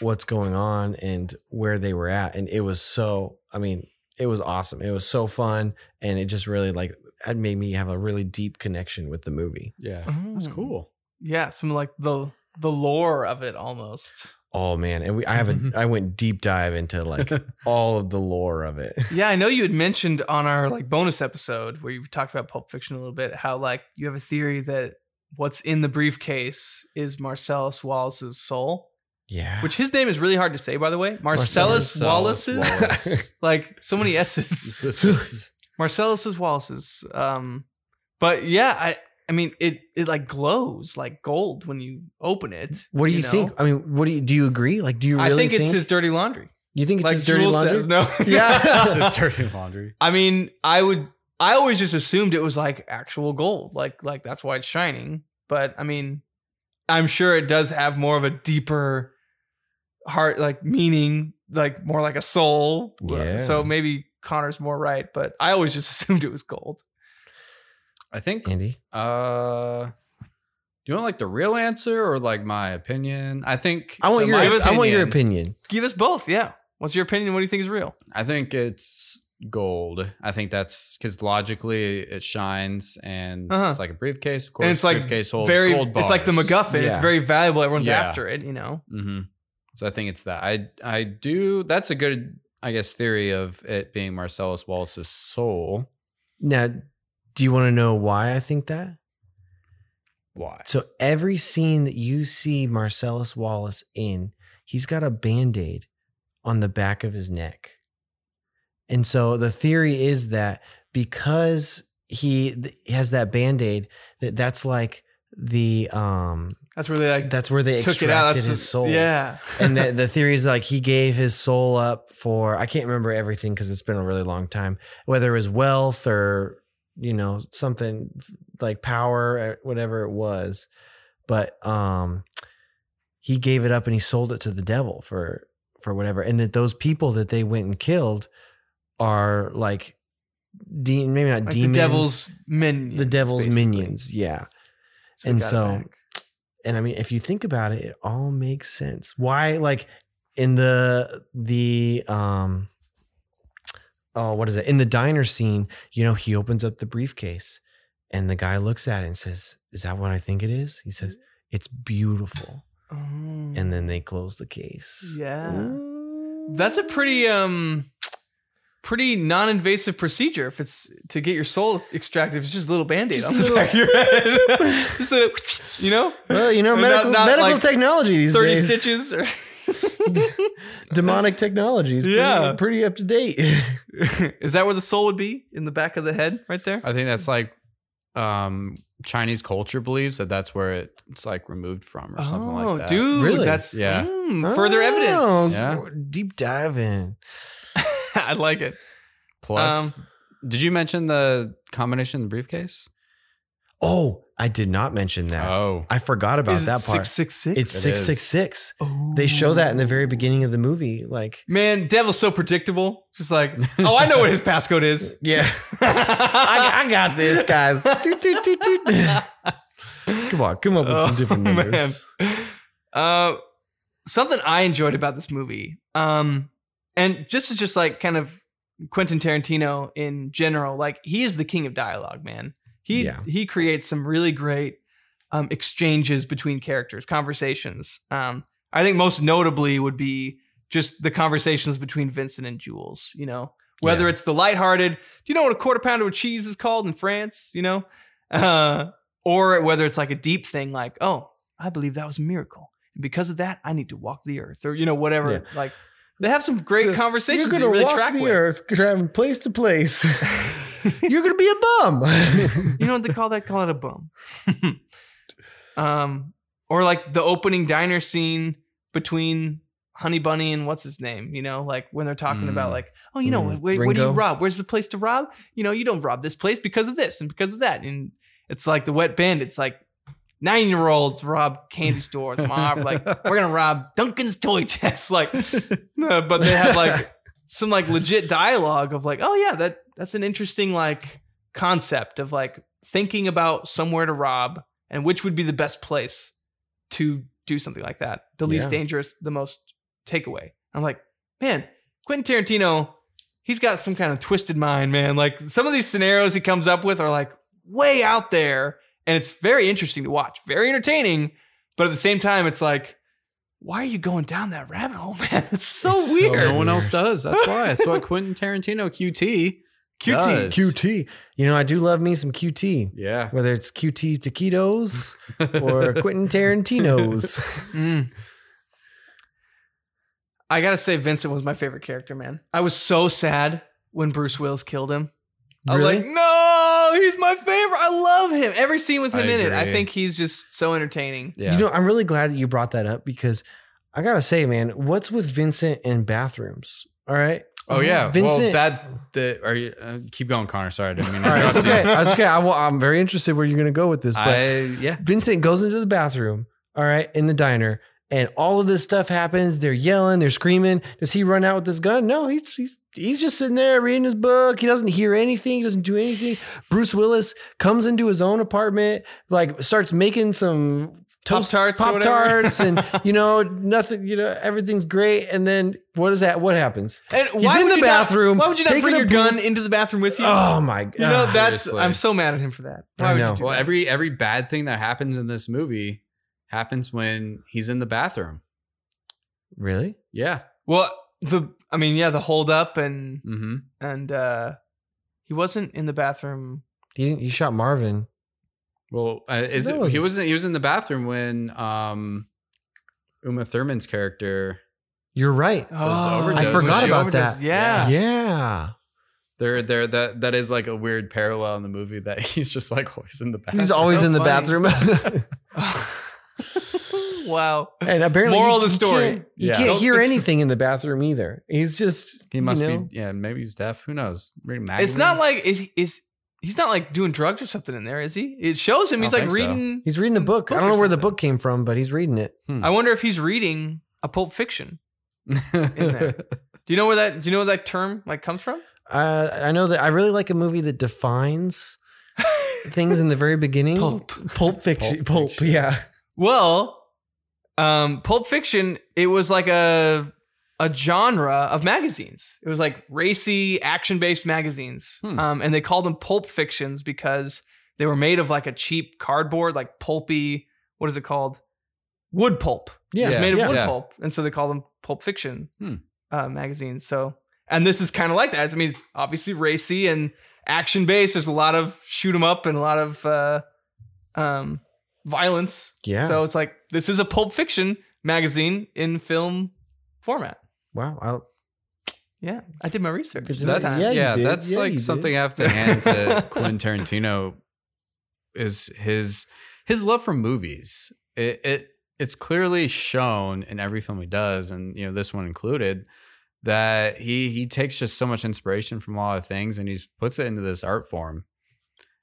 [SPEAKER 3] what's going on and where they were at and it was so i mean it was awesome it was so fun and it just really like it made me have a really deep connection with the movie
[SPEAKER 2] Yeah.
[SPEAKER 4] That's
[SPEAKER 2] That's cool.
[SPEAKER 4] Hmm. Yeah, some like the the lore of it almost.
[SPEAKER 3] oh man and we i have a i went deep dive into like all of the lore of it
[SPEAKER 4] Yeah, I know you had mentioned on our like bonus episode where you talked about Pulp Fiction a little bit how like you have a theory that what's in the briefcase is Marcellus Wallace's soul,
[SPEAKER 3] yeah
[SPEAKER 4] which his name is really hard to say by the way. Marcellus,
[SPEAKER 3] Marcellus
[SPEAKER 4] Wallace's
[SPEAKER 3] Wallace.
[SPEAKER 4] like so many S's. Marcellus's Wallace's. Um, but yeah, I I mean it it like glows like gold when you open it.
[SPEAKER 3] what do you,
[SPEAKER 4] know?
[SPEAKER 3] think i mean what do you do you agree like do you really
[SPEAKER 4] I think, it's his dirty laundry.
[SPEAKER 3] you think it's
[SPEAKER 4] like
[SPEAKER 3] his dirty
[SPEAKER 4] Jewel
[SPEAKER 3] laundry
[SPEAKER 4] says, no.
[SPEAKER 3] Yeah.
[SPEAKER 2] It's dirty laundry.
[SPEAKER 4] I mean, I would. I always just assumed it was like actual gold, like like that's why it's shining. But I mean, I'm sure it does have more of a deeper heart, like meaning, like more like a soul.
[SPEAKER 3] Yeah.
[SPEAKER 4] So maybe Connor's more right, but I always just assumed it was gold.
[SPEAKER 2] I think.
[SPEAKER 3] andy
[SPEAKER 2] Uh, do you want like the real answer or like my opinion? I think.
[SPEAKER 3] i want
[SPEAKER 2] so
[SPEAKER 3] your
[SPEAKER 2] my
[SPEAKER 3] i want your opinion
[SPEAKER 4] Give us both. Yeah. What's your opinion? What do you think is real?
[SPEAKER 2] I think it's gold. I think that's because logically it shines and
[SPEAKER 4] Uh-huh.
[SPEAKER 2] it's like a briefcase. Of course,
[SPEAKER 4] and it's like
[SPEAKER 2] briefcase holds
[SPEAKER 4] very.
[SPEAKER 2] gold bars.
[SPEAKER 4] It's like the MacGuffin. It's
[SPEAKER 3] Yeah.
[SPEAKER 4] very valuable. Everyone's
[SPEAKER 2] Yeah.
[SPEAKER 4] after it. You know.
[SPEAKER 2] Mm-hmm. So I think it's that. I I do. That's a good I guess theory of it being Marcellus Wallace's soul.
[SPEAKER 3] now do you want to know why i think that
[SPEAKER 2] Why?
[SPEAKER 3] So every scene that you see Marcellus Wallace in, he's got a band-aid on the back of his neck. And so the theory is that because he th- has that band-aid, that that's like the um
[SPEAKER 4] That's where they like
[SPEAKER 3] that's where they
[SPEAKER 4] took
[SPEAKER 3] extracted
[SPEAKER 4] it out. That's
[SPEAKER 3] his soul.
[SPEAKER 4] Yeah.
[SPEAKER 3] and the, the theory is like he gave his soul up for I can't remember everything because it's been a really long time, whether it was wealth or you know something like power, or whatever it was. But um, he gave it up and he sold it to the devil for for whatever, and that those people that they went and killed are like, de- maybe not
[SPEAKER 4] Like the
[SPEAKER 3] demons,
[SPEAKER 4] devil's minions.
[SPEAKER 3] the devil's
[SPEAKER 4] basically.
[SPEAKER 3] minions, yeah.
[SPEAKER 4] we
[SPEAKER 3] And
[SPEAKER 4] got it
[SPEAKER 3] so-
[SPEAKER 4] back.
[SPEAKER 3] and I mean, if you think about it, it all makes sense. Why, like in the the um, oh, what is it? In the diner scene, you know, he opens up the briefcase, and the guy looks at it and says, "Is that what I think it is?" He says,
[SPEAKER 4] Mm-hmm.
[SPEAKER 3] "It's beautiful,"
[SPEAKER 4] Oh.
[SPEAKER 3] and then they close the case.
[SPEAKER 4] Yeah.
[SPEAKER 3] Ooh.
[SPEAKER 4] that's a pretty um pretty non-invasive procedure if it's to get your soul extracted. It's just a little band-aid
[SPEAKER 3] Just
[SPEAKER 4] on
[SPEAKER 3] a
[SPEAKER 4] the
[SPEAKER 3] little-
[SPEAKER 4] back of your head. just a, you know,
[SPEAKER 3] well, you know,
[SPEAKER 4] Not-
[SPEAKER 3] medical
[SPEAKER 4] not
[SPEAKER 3] medical
[SPEAKER 4] like
[SPEAKER 3] technology these
[SPEAKER 4] 30
[SPEAKER 3] days,
[SPEAKER 4] stitches or
[SPEAKER 3] demonic technology is pretty,
[SPEAKER 4] Yeah.
[SPEAKER 3] pretty up to date.
[SPEAKER 4] is that where the soul would be? In the back of the head right there?
[SPEAKER 2] I think that's like um Chinese culture believes that that's where it, it's like removed from or something
[SPEAKER 3] Oh,
[SPEAKER 2] like that.
[SPEAKER 4] Oh, dude,
[SPEAKER 3] Really?
[SPEAKER 4] that's
[SPEAKER 2] Yeah.
[SPEAKER 4] mm, further
[SPEAKER 3] Oh,
[SPEAKER 4] evidence.
[SPEAKER 2] Yeah.
[SPEAKER 3] deep dive in.
[SPEAKER 4] I like it.
[SPEAKER 2] Plus,
[SPEAKER 3] um,
[SPEAKER 2] did you mention the combination in the briefcase?
[SPEAKER 3] Oh, I did not mention that.
[SPEAKER 2] Oh,
[SPEAKER 3] I forgot about
[SPEAKER 4] Is it
[SPEAKER 3] that part.
[SPEAKER 4] 666?
[SPEAKER 3] It's
[SPEAKER 2] It
[SPEAKER 3] six
[SPEAKER 2] is.
[SPEAKER 3] six six. They show that in the very beginning of the movie. Like,
[SPEAKER 4] Oh. Man, devil's so predictable. Just like, oh, I know what his passcode is.
[SPEAKER 3] yeah, I, I got this, guys. Toot, toot, toot, toot. come on, come up with some
[SPEAKER 4] Oh,
[SPEAKER 3] different
[SPEAKER 4] man.
[SPEAKER 3] numbers.
[SPEAKER 4] Uh, something I enjoyed about this movie, um, and just to just like kind of Quentin Tarantino in general, like he is the king of dialogue, man. He
[SPEAKER 3] Yeah.
[SPEAKER 4] he creates some really great um, exchanges between characters, conversations. Um, I think most notably would be just the conversations between Vincent and Jules. You know, whether
[SPEAKER 3] Yeah.
[SPEAKER 4] it's the lighthearted, do you know what a quarter pounder with cheese is called in France? You know, uh, or whether it's like a deep thing, like oh, I believe that was a miracle, and because of that, I need to walk the earth, or you know, whatever.
[SPEAKER 3] Yeah.
[SPEAKER 4] Like they have some great
[SPEAKER 3] So
[SPEAKER 4] conversations. that you really track with.
[SPEAKER 3] earth, from place to place. You're gonna be a bum.
[SPEAKER 4] you know what they call that? Call it a bum. um, or like the opening diner scene between Honey Bunny and what's his name? You know, like when they're talking
[SPEAKER 2] Mm.
[SPEAKER 4] about like, oh, you know,
[SPEAKER 3] Mm.
[SPEAKER 4] where, where do you
[SPEAKER 3] Ringo.
[SPEAKER 4] rob? Where's the place to rob? You know, you don't rob this place because of this and because of that, and it's like the wet bandits. Like, nine year olds rob candy stores, mom. Like, we're gonna rob Duncan's toy chest. Like, no, Uh, but they had like some like legit dialogue of like, oh yeah, that that's an interesting like concept of like thinking about somewhere to rob and which would be the best place to do something like that. The least
[SPEAKER 3] Yeah.
[SPEAKER 4] dangerous, the most takeaway. I'm like, man, Quentin Tarantino, he's got some kind of twisted mind, man. Like some of these scenarios he comes up with are like way out there and it's very interesting to watch, very entertaining, but at the same time it's like why are you going down that rabbit hole, man? It's so
[SPEAKER 3] It's so
[SPEAKER 4] weird.
[SPEAKER 2] No one else does. That's why. That's what Quentin Tarantino QT.
[SPEAKER 3] QT,
[SPEAKER 2] does.
[SPEAKER 3] QT. You know, I do love me some QT.
[SPEAKER 2] Yeah.
[SPEAKER 3] Whether it's QT taquitos or Quentin Tarantino's.
[SPEAKER 4] Mm. I gotta say, Vincent was my favorite character, man. I was so sad when Bruce Willis killed him. I was
[SPEAKER 3] Really?
[SPEAKER 4] like, no, he's my favorite. I love him. Every scene with him
[SPEAKER 2] I
[SPEAKER 4] in it, I
[SPEAKER 2] agree.
[SPEAKER 4] think he's just so entertaining.
[SPEAKER 2] Yeah.
[SPEAKER 3] You know, I'm really glad that you brought that up because I gotta say, man, what's with Vincent and bathrooms? All right.
[SPEAKER 2] oh yeah. Well,
[SPEAKER 3] Vincent-
[SPEAKER 2] that the are you uh, keep going, Connor? Sorry, I didn't mean. to
[SPEAKER 3] All right, it's
[SPEAKER 2] interrupt you.
[SPEAKER 3] okay. It's okay. I will, I'm very interested where you're gonna go with this, but
[SPEAKER 2] I yeah.
[SPEAKER 3] Vincent goes into the bathroom, all right, in the diner, and all of this stuff happens. They're yelling, they're screaming. Does he run out with his gun? No, he's he's he's just sitting there reading his book. He doesn't hear anything, he doesn't do anything. Bruce Willis comes into his own apartment, like starts making some toast
[SPEAKER 4] Pop-Tarts or
[SPEAKER 3] pop
[SPEAKER 4] whatever.
[SPEAKER 3] tarts, and you know, nothing, you know, everything's great. And then what is that? What happens?
[SPEAKER 4] And
[SPEAKER 3] He's
[SPEAKER 4] why
[SPEAKER 3] in
[SPEAKER 4] would
[SPEAKER 3] the
[SPEAKER 4] you not-
[SPEAKER 3] bathroom,
[SPEAKER 4] why would you not
[SPEAKER 3] taking
[SPEAKER 4] bring
[SPEAKER 3] a
[SPEAKER 4] your
[SPEAKER 3] poop.
[SPEAKER 4] gun into the bathroom with you?
[SPEAKER 3] Oh my god.
[SPEAKER 4] you know, that's
[SPEAKER 2] Seriously.
[SPEAKER 4] I'm so mad at him for that. Why
[SPEAKER 3] I
[SPEAKER 4] would
[SPEAKER 3] know.
[SPEAKER 4] you do
[SPEAKER 2] Well,
[SPEAKER 4] that?
[SPEAKER 2] every every bad thing that happens in this movie happens when he's in the bathroom.
[SPEAKER 3] really?
[SPEAKER 2] Yeah.
[SPEAKER 4] Well, the I mean, yeah, the hold up and
[SPEAKER 2] Mm-hmm.
[SPEAKER 4] and uh he wasn't in the bathroom.
[SPEAKER 3] He didn't, he shot Marvin.
[SPEAKER 2] Well, uh, is
[SPEAKER 3] No, it
[SPEAKER 2] it, he
[SPEAKER 3] wasn't.
[SPEAKER 2] wasn't he was in the bathroom when um Uma Thurman's character
[SPEAKER 3] You're right.
[SPEAKER 2] was overdosed.
[SPEAKER 3] I forgot
[SPEAKER 4] She
[SPEAKER 3] about
[SPEAKER 4] Oh, overdosed.
[SPEAKER 3] that.
[SPEAKER 4] Yeah.
[SPEAKER 3] yeah.
[SPEAKER 2] there there that that is like a weird parallel in the movie that he's just like always in the bathroom.
[SPEAKER 3] He's always
[SPEAKER 4] so
[SPEAKER 3] in the
[SPEAKER 4] funny.
[SPEAKER 3] bathroom.
[SPEAKER 4] wow.
[SPEAKER 3] and apparently,
[SPEAKER 4] Moral of
[SPEAKER 3] you-
[SPEAKER 4] the
[SPEAKER 3] you
[SPEAKER 4] story.
[SPEAKER 3] can't- You
[SPEAKER 2] Yeah.
[SPEAKER 3] can't
[SPEAKER 2] Don't-
[SPEAKER 3] hear
[SPEAKER 2] it's-
[SPEAKER 3] anything in the bathroom either. He's just
[SPEAKER 2] he must
[SPEAKER 3] you know,
[SPEAKER 2] be yeah, maybe he's deaf. Who knows? Reading
[SPEAKER 4] It's not
[SPEAKER 2] magazines?
[SPEAKER 4] like is is he's not like doing drugs or something in there, is he? It shows him.
[SPEAKER 2] I
[SPEAKER 4] He's
[SPEAKER 2] don't
[SPEAKER 4] like
[SPEAKER 2] think so.
[SPEAKER 4] reading.
[SPEAKER 3] He's reading a book.
[SPEAKER 4] Book
[SPEAKER 3] I don't
[SPEAKER 4] or
[SPEAKER 3] know where the
[SPEAKER 4] something.
[SPEAKER 3] book came from, but he's reading it.
[SPEAKER 4] I wonder if he's reading a Pulp Fiction. in there. Do you know where that? Do you know where that term like comes from?
[SPEAKER 3] Uh, I know that I really like a movie that defines things in the very beginning.
[SPEAKER 4] Pulp.
[SPEAKER 3] pulp fiction,
[SPEAKER 2] Pulp
[SPEAKER 3] pulp,
[SPEAKER 2] Fiction.
[SPEAKER 3] yeah.
[SPEAKER 4] Well, um, Pulp Fiction. It was like a a genre of magazines. It was like racy action based magazines,
[SPEAKER 2] Hmm.
[SPEAKER 4] um, and they called them Pulp Fictions because they were made of like a cheap cardboard, like pulpy. What is it called? Wood pulp.
[SPEAKER 3] Yeah,
[SPEAKER 4] It's made of
[SPEAKER 2] yeah.
[SPEAKER 4] wood
[SPEAKER 2] Yeah.
[SPEAKER 4] pulp, and so they call them Pulp Fiction
[SPEAKER 2] Hmm.
[SPEAKER 4] uh, magazines. So, and this is kind of like that. I mean, it's obviously racy and action based. There's a lot of shoot 'em up and a lot of uh, um, violence.
[SPEAKER 3] Yeah.
[SPEAKER 4] So it's like this is a Pulp Fiction magazine in film format.
[SPEAKER 3] Wow. I'll,
[SPEAKER 4] Yeah, I did my research.
[SPEAKER 3] Good to
[SPEAKER 4] this
[SPEAKER 3] know.
[SPEAKER 2] That's
[SPEAKER 4] time.
[SPEAKER 3] Yeah,
[SPEAKER 2] yeah,
[SPEAKER 3] you did.
[SPEAKER 2] that's
[SPEAKER 3] Yeah,
[SPEAKER 2] like
[SPEAKER 3] you did.
[SPEAKER 2] something I have to hand to Quentin Tarantino is his his love for movies. It, it it's clearly shown in every film he does, and you know this one included, that he he takes just so much inspiration from a lot of things, and he puts it into this art form.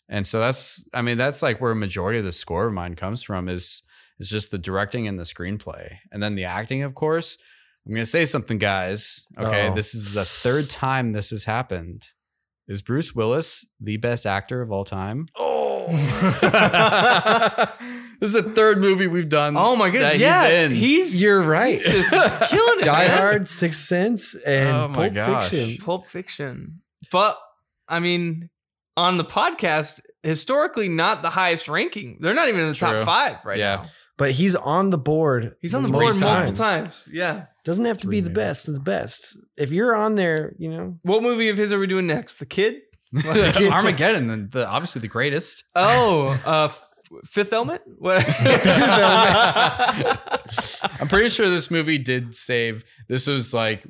[SPEAKER 2] And so that's I mean that's like where a majority of the score of mine comes from is is just the directing and the screenplay, and then the acting, of course. I'm gonna say something, guys. Okay,
[SPEAKER 3] Uh-oh.
[SPEAKER 2] this is the third time this has happened. Is Bruce Willis the best actor of all time? Oh, this is the third movie we've done.
[SPEAKER 4] Oh my goodness!
[SPEAKER 2] that
[SPEAKER 4] yeah,
[SPEAKER 2] he's in.
[SPEAKER 4] he's,
[SPEAKER 3] you're right.
[SPEAKER 4] he's just killing it.
[SPEAKER 3] Die
[SPEAKER 4] man.
[SPEAKER 3] Hard, Sixth Sense, and
[SPEAKER 2] Oh my
[SPEAKER 3] Pulp
[SPEAKER 2] gosh.
[SPEAKER 3] Fiction.
[SPEAKER 4] Pulp Fiction. But I mean, on the podcast, historically not the highest ranking. They're not even in the top
[SPEAKER 2] True.
[SPEAKER 4] five right
[SPEAKER 2] Yeah.
[SPEAKER 4] now.
[SPEAKER 3] But he's on the board.
[SPEAKER 4] He's on the board
[SPEAKER 3] most
[SPEAKER 4] multiple times. Yeah.
[SPEAKER 3] Doesn't have to
[SPEAKER 2] Three
[SPEAKER 3] be the
[SPEAKER 2] maybe.
[SPEAKER 3] best of the best. If you're on there, you know.
[SPEAKER 4] What movie of his are we doing next? The Kid?
[SPEAKER 2] Armageddon, the, the obviously the greatest.
[SPEAKER 4] Oh, uh, F- Fifth Element? What?
[SPEAKER 2] I'm pretty sure this movie did save. This was like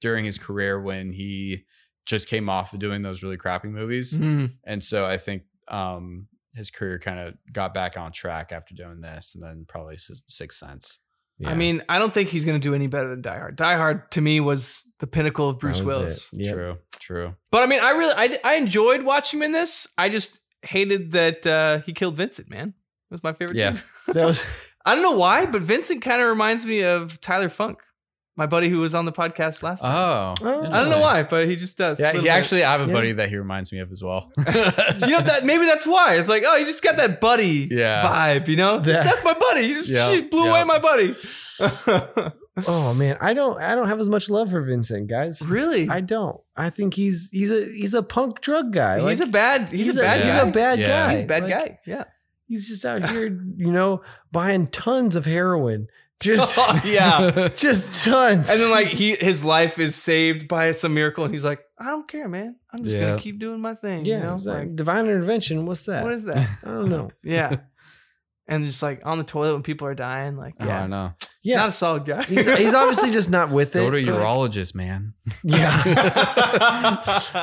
[SPEAKER 2] during his career when he just came off of doing those really crappy movies,
[SPEAKER 4] Hmm.
[SPEAKER 2] and so I think um, his career kind of got back on track after doing this, and then probably S- Sixth Sense.
[SPEAKER 4] I mean, I don't think he's going to do any better than Die Hard. Die Hard to me was the pinnacle of Bruce
[SPEAKER 3] That was
[SPEAKER 4] Willis.
[SPEAKER 3] it. Yep.
[SPEAKER 2] True, true.
[SPEAKER 4] But I mean, I really, I, I enjoyed watching him in this. I just hated that uh, he killed Vincent, man. was my favorite.
[SPEAKER 2] Yeah.
[SPEAKER 4] kid.
[SPEAKER 3] That was
[SPEAKER 4] I don't know why, but Vincent kind of reminds me of Tyler Funk, my buddy who was on the podcast last time.
[SPEAKER 2] Oh,
[SPEAKER 3] Oh.
[SPEAKER 4] I don't know why, but he just does.
[SPEAKER 2] Yeah,
[SPEAKER 4] Little
[SPEAKER 2] he
[SPEAKER 4] bit.
[SPEAKER 2] actually. I have a
[SPEAKER 3] Yeah.
[SPEAKER 2] buddy that he reminds me of as well.
[SPEAKER 4] You know that maybe that's why it's like oh you just got that buddy
[SPEAKER 2] Yeah.
[SPEAKER 4] vibe you know
[SPEAKER 3] Yeah.
[SPEAKER 4] that's my buddy you just
[SPEAKER 2] Yeah.
[SPEAKER 4] she blew
[SPEAKER 2] Yeah.
[SPEAKER 4] away my buddy
[SPEAKER 3] oh man, I don't I don't have as much love for Vincent, guys.
[SPEAKER 4] really
[SPEAKER 3] I don't. I think he's he's a he's a punk drug guy.
[SPEAKER 4] he's
[SPEAKER 3] Like,
[SPEAKER 4] a bad he's, a bad
[SPEAKER 3] he's
[SPEAKER 4] guy.
[SPEAKER 3] a bad
[SPEAKER 2] Yeah.
[SPEAKER 3] guy.
[SPEAKER 4] he's a bad
[SPEAKER 3] Like,
[SPEAKER 4] guy yeah
[SPEAKER 3] He's just out here, you know, buying tons of heroin. Just
[SPEAKER 4] Oh, yeah
[SPEAKER 2] Oh,
[SPEAKER 3] just tons.
[SPEAKER 4] and then like he his life is saved by some miracle and he's like I don't care man I'm just
[SPEAKER 2] Yeah.
[SPEAKER 4] gonna keep doing my thing
[SPEAKER 3] yeah,
[SPEAKER 4] you know
[SPEAKER 3] it was like, divine intervention. What's
[SPEAKER 4] like,
[SPEAKER 3] that?
[SPEAKER 4] what is that
[SPEAKER 3] I don't know.
[SPEAKER 4] yeah and just like on the toilet when people are dying like
[SPEAKER 2] Oh, I
[SPEAKER 4] yeah
[SPEAKER 2] don't know.
[SPEAKER 3] Yeah,
[SPEAKER 4] not a solid guy
[SPEAKER 3] he's, he's obviously just not with it.
[SPEAKER 2] Go to
[SPEAKER 3] but-
[SPEAKER 2] urologist, man.
[SPEAKER 3] Yeah,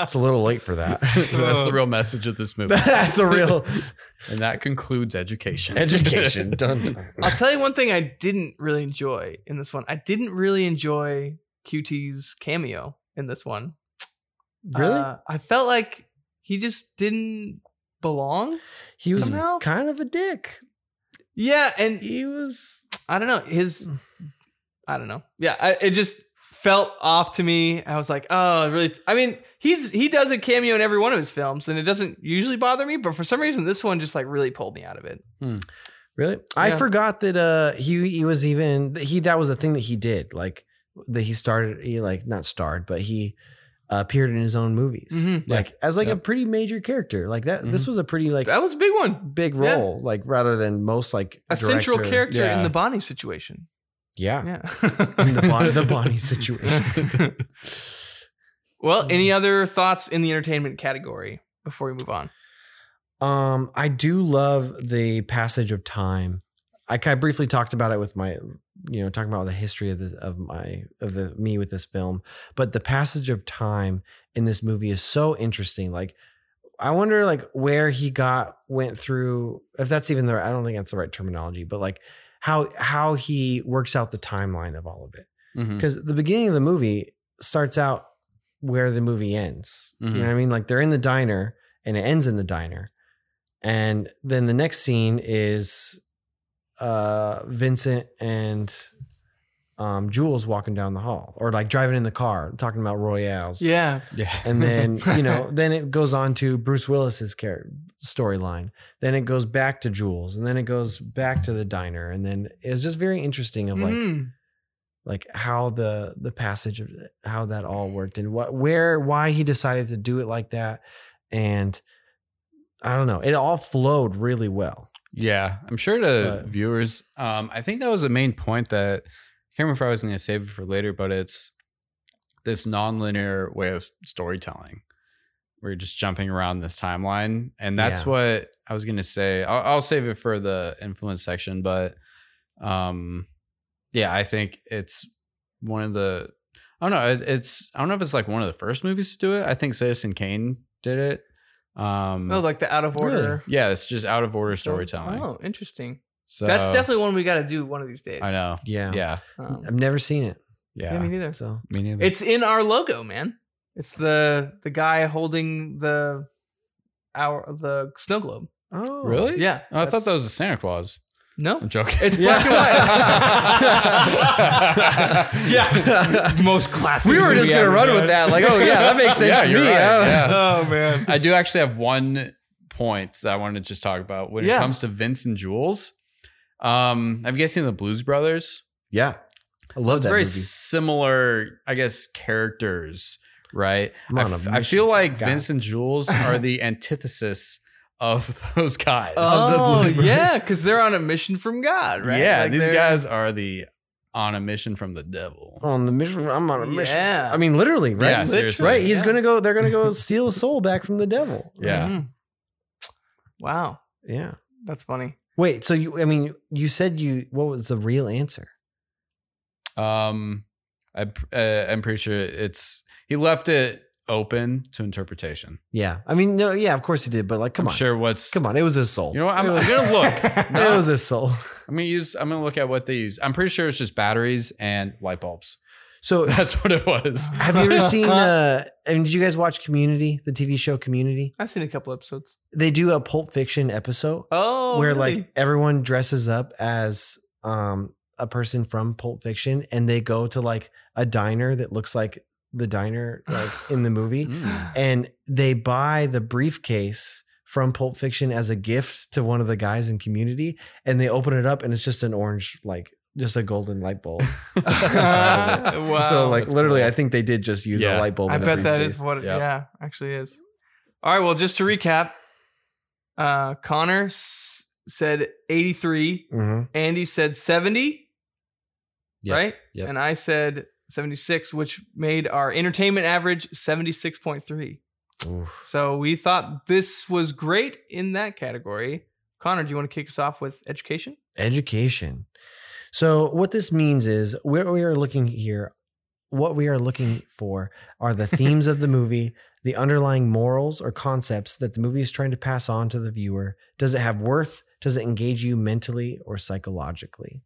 [SPEAKER 3] it's a little late for that.
[SPEAKER 2] That's
[SPEAKER 4] Uh.
[SPEAKER 2] the real message of this movie,
[SPEAKER 3] That's a real
[SPEAKER 2] and that concludes education.
[SPEAKER 3] education. Dun, dun.
[SPEAKER 4] I'll tell you one thing I didn't really enjoy in this one. I didn't really enjoy QT's cameo in this one.
[SPEAKER 3] Really?
[SPEAKER 4] Uh, I felt like he just didn't belong.
[SPEAKER 3] he was
[SPEAKER 4] somehow-
[SPEAKER 3] kind of a dick.
[SPEAKER 4] Yeah, and
[SPEAKER 3] He was.
[SPEAKER 4] I don't know his. I don't know. Yeah, I, it just felt off to me. I was like, oh, really? I mean, he's he does a cameo in every one of his films, and it doesn't usually bother me. But for some reason, this one just like really pulled me out of it.
[SPEAKER 3] Really? I
[SPEAKER 4] Yeah.
[SPEAKER 3] forgot that uh he he was even that he that was a thing that he did like that he started he like not starred but he uh, appeared in his own movies
[SPEAKER 4] Mhm.
[SPEAKER 2] Yeah.
[SPEAKER 3] like as like a
[SPEAKER 2] Yep.
[SPEAKER 3] pretty major character like that this was a pretty like
[SPEAKER 4] Mm-hmm. That was a big one.
[SPEAKER 3] big
[SPEAKER 4] yeah.
[SPEAKER 3] role like rather than most like
[SPEAKER 4] A central
[SPEAKER 3] director-
[SPEAKER 4] character in
[SPEAKER 2] Yeah.
[SPEAKER 4] the Bonnie situation.
[SPEAKER 3] yeah,
[SPEAKER 4] Yeah.
[SPEAKER 3] In the, bon- the Bonnie situation
[SPEAKER 4] well, any other thoughts in the entertainment category before we move on?
[SPEAKER 3] Um, I do love the passage of time. I kind of briefly talked about it with my, you know, talking about the history of the of my of the me with this film, but the passage of time in this movie is so interesting. Like, I wonder like where he got went through. If that's even the I don't think that's the right terminology, but like how how he works out the timeline of all of it
[SPEAKER 2] Mhm.
[SPEAKER 3] because the beginning of the movie starts out where the movie ends. You know what I mean? Like they're in the diner and it ends in the diner. And then the next scene is uh Vincent and um Jules walking down the hall or like driving in the car talking about Royales.
[SPEAKER 4] Yeah.
[SPEAKER 2] Yeah.
[SPEAKER 3] And then, you know, then it goes on to Bruce Willis's character storyline. Then it goes back to Jules and then it goes back to the diner and then it's just very interesting of like
[SPEAKER 4] Mhm.
[SPEAKER 3] like how the the passage of how that all worked and what where why he decided to do it like that and i don't know it all flowed really well
[SPEAKER 2] Yeah, I'm sure to
[SPEAKER 3] But-
[SPEAKER 2] viewers. Um, I think that was the main point that I can't remember if I was going to save it for later, but it's this nonlinear way of storytelling. We're just jumping around this timeline, and that's
[SPEAKER 3] Yeah.
[SPEAKER 2] what I was going to say. I'll, I'll save it for the influence section, but um, yeah, I think it's one of the. I don't know. It, it's I don't know if it's like one of the first movies to do it. I think Citizen Kane did it.
[SPEAKER 3] mm.
[SPEAKER 2] Um,
[SPEAKER 4] Oh, like the out of
[SPEAKER 3] Really?
[SPEAKER 4] order
[SPEAKER 2] yeah, it's just out of order storytelling.
[SPEAKER 4] Oh, interesting.
[SPEAKER 2] So
[SPEAKER 4] That's definitely one we got to do one of these days.
[SPEAKER 2] I know.
[SPEAKER 3] yeah
[SPEAKER 2] Yeah.
[SPEAKER 4] Um,
[SPEAKER 3] i've never seen it
[SPEAKER 2] Yeah.
[SPEAKER 4] yeah, me neither.
[SPEAKER 3] so
[SPEAKER 2] Me neither.
[SPEAKER 4] It's in our logo, man. It's the the guy holding the our the snow globe.
[SPEAKER 3] oh
[SPEAKER 2] really?
[SPEAKER 4] Yeah.
[SPEAKER 2] Oh, I thought
[SPEAKER 4] that's-
[SPEAKER 2] that was a Santa Claus.
[SPEAKER 4] no.
[SPEAKER 2] I'm joking.
[SPEAKER 4] It's
[SPEAKER 3] Yeah.
[SPEAKER 4] black and white. yeah. Most classic.
[SPEAKER 3] we were just
[SPEAKER 4] movie
[SPEAKER 3] gonna
[SPEAKER 4] ever,
[SPEAKER 3] run
[SPEAKER 4] man.
[SPEAKER 3] with that like oh yeah that makes sense
[SPEAKER 2] Yeah,
[SPEAKER 3] to
[SPEAKER 2] you're
[SPEAKER 3] me
[SPEAKER 2] right,
[SPEAKER 3] I don't-
[SPEAKER 2] yeah.
[SPEAKER 4] Oh man.
[SPEAKER 2] I do actually have one point that I wanted to just talk about when
[SPEAKER 4] Yeah.
[SPEAKER 2] it comes to Vince and Jules. Um, have you guys seen the Blues Brothers?
[SPEAKER 3] yeah i love that
[SPEAKER 2] Very
[SPEAKER 3] movie
[SPEAKER 2] similar, I guess, characters, right?
[SPEAKER 3] I'm
[SPEAKER 2] I
[SPEAKER 3] on a
[SPEAKER 2] f- I
[SPEAKER 3] mission
[SPEAKER 2] feel
[SPEAKER 3] for
[SPEAKER 2] like
[SPEAKER 3] God.
[SPEAKER 2] Vince and Jules are the antithesis of those guys.
[SPEAKER 3] the
[SPEAKER 4] Oh
[SPEAKER 3] Blue Brothers.
[SPEAKER 4] yeah, because they're on a mission from God, right?
[SPEAKER 2] Yeah,
[SPEAKER 4] Like,
[SPEAKER 2] these
[SPEAKER 4] they're-
[SPEAKER 2] guys are the on a mission from the devil.
[SPEAKER 3] on the mission i'm on a mission
[SPEAKER 4] Yeah.
[SPEAKER 3] i mean literally right
[SPEAKER 2] Yeah, seriously.
[SPEAKER 3] right he's
[SPEAKER 4] Yeah.
[SPEAKER 3] gonna go they're gonna go steal a soul back from the devil
[SPEAKER 2] Yeah.
[SPEAKER 4] Mhm. Wow,
[SPEAKER 3] yeah
[SPEAKER 4] that's funny.
[SPEAKER 3] wait so you i mean you said you what was the real answer Oh.
[SPEAKER 2] Um, I uh, I'm pretty sure it's he left it open to interpretation.
[SPEAKER 3] Yeah. I mean, no, yeah, of course he did, but like, come
[SPEAKER 2] I'm
[SPEAKER 3] on.
[SPEAKER 2] sure what's
[SPEAKER 3] Come on. It was his soul.
[SPEAKER 2] You know what? I'm,
[SPEAKER 3] It was-
[SPEAKER 2] I'm gonna look.
[SPEAKER 3] it was his soul.
[SPEAKER 2] I'm gonna use. I'm gonna look at what they use. I'm pretty sure it's just batteries and light bulbs.
[SPEAKER 3] So
[SPEAKER 2] That's what it was.
[SPEAKER 3] have you ever seen? Uh, and did you guys watch Community, the TV show Community?
[SPEAKER 4] I've seen a couple episodes.
[SPEAKER 3] They do a Pulp Fiction episode
[SPEAKER 4] Oh,
[SPEAKER 3] where like everyone dresses up as um a person from Pulp Fiction and they go to like a diner that looks like the diner like in the movie
[SPEAKER 2] Mm.
[SPEAKER 3] and they buy the briefcase from Pulp Fiction as a gift to one of the guys in community and they open it up and it's just an orange like just a golden light bulb. inside of
[SPEAKER 4] wow.
[SPEAKER 3] so like
[SPEAKER 2] that's
[SPEAKER 3] literally
[SPEAKER 2] cool.
[SPEAKER 3] I think they did just use
[SPEAKER 2] Yeah.
[SPEAKER 3] a light bulb.
[SPEAKER 4] I
[SPEAKER 3] in a
[SPEAKER 4] bet that is
[SPEAKER 3] briefcase.
[SPEAKER 4] what it,
[SPEAKER 2] Yeah.
[SPEAKER 4] yeah, actually is. All right, well, just to recap, uh, Connor s- said 83,
[SPEAKER 3] Mhm.
[SPEAKER 4] Andy said 70,
[SPEAKER 2] Yep,
[SPEAKER 4] right?
[SPEAKER 2] yep.
[SPEAKER 4] And I said 76, which made our entertainment average 76.3.
[SPEAKER 3] Oof.
[SPEAKER 4] So we thought this was great in that category. Connor, do you want to kick us off with education?
[SPEAKER 3] education. So what this means is where we are looking here, what we are looking for are the themes of the movie, the underlying morals or concepts that the movie is trying to pass on to the viewer. Does it have worth? Does it engage you mentally or psychologically?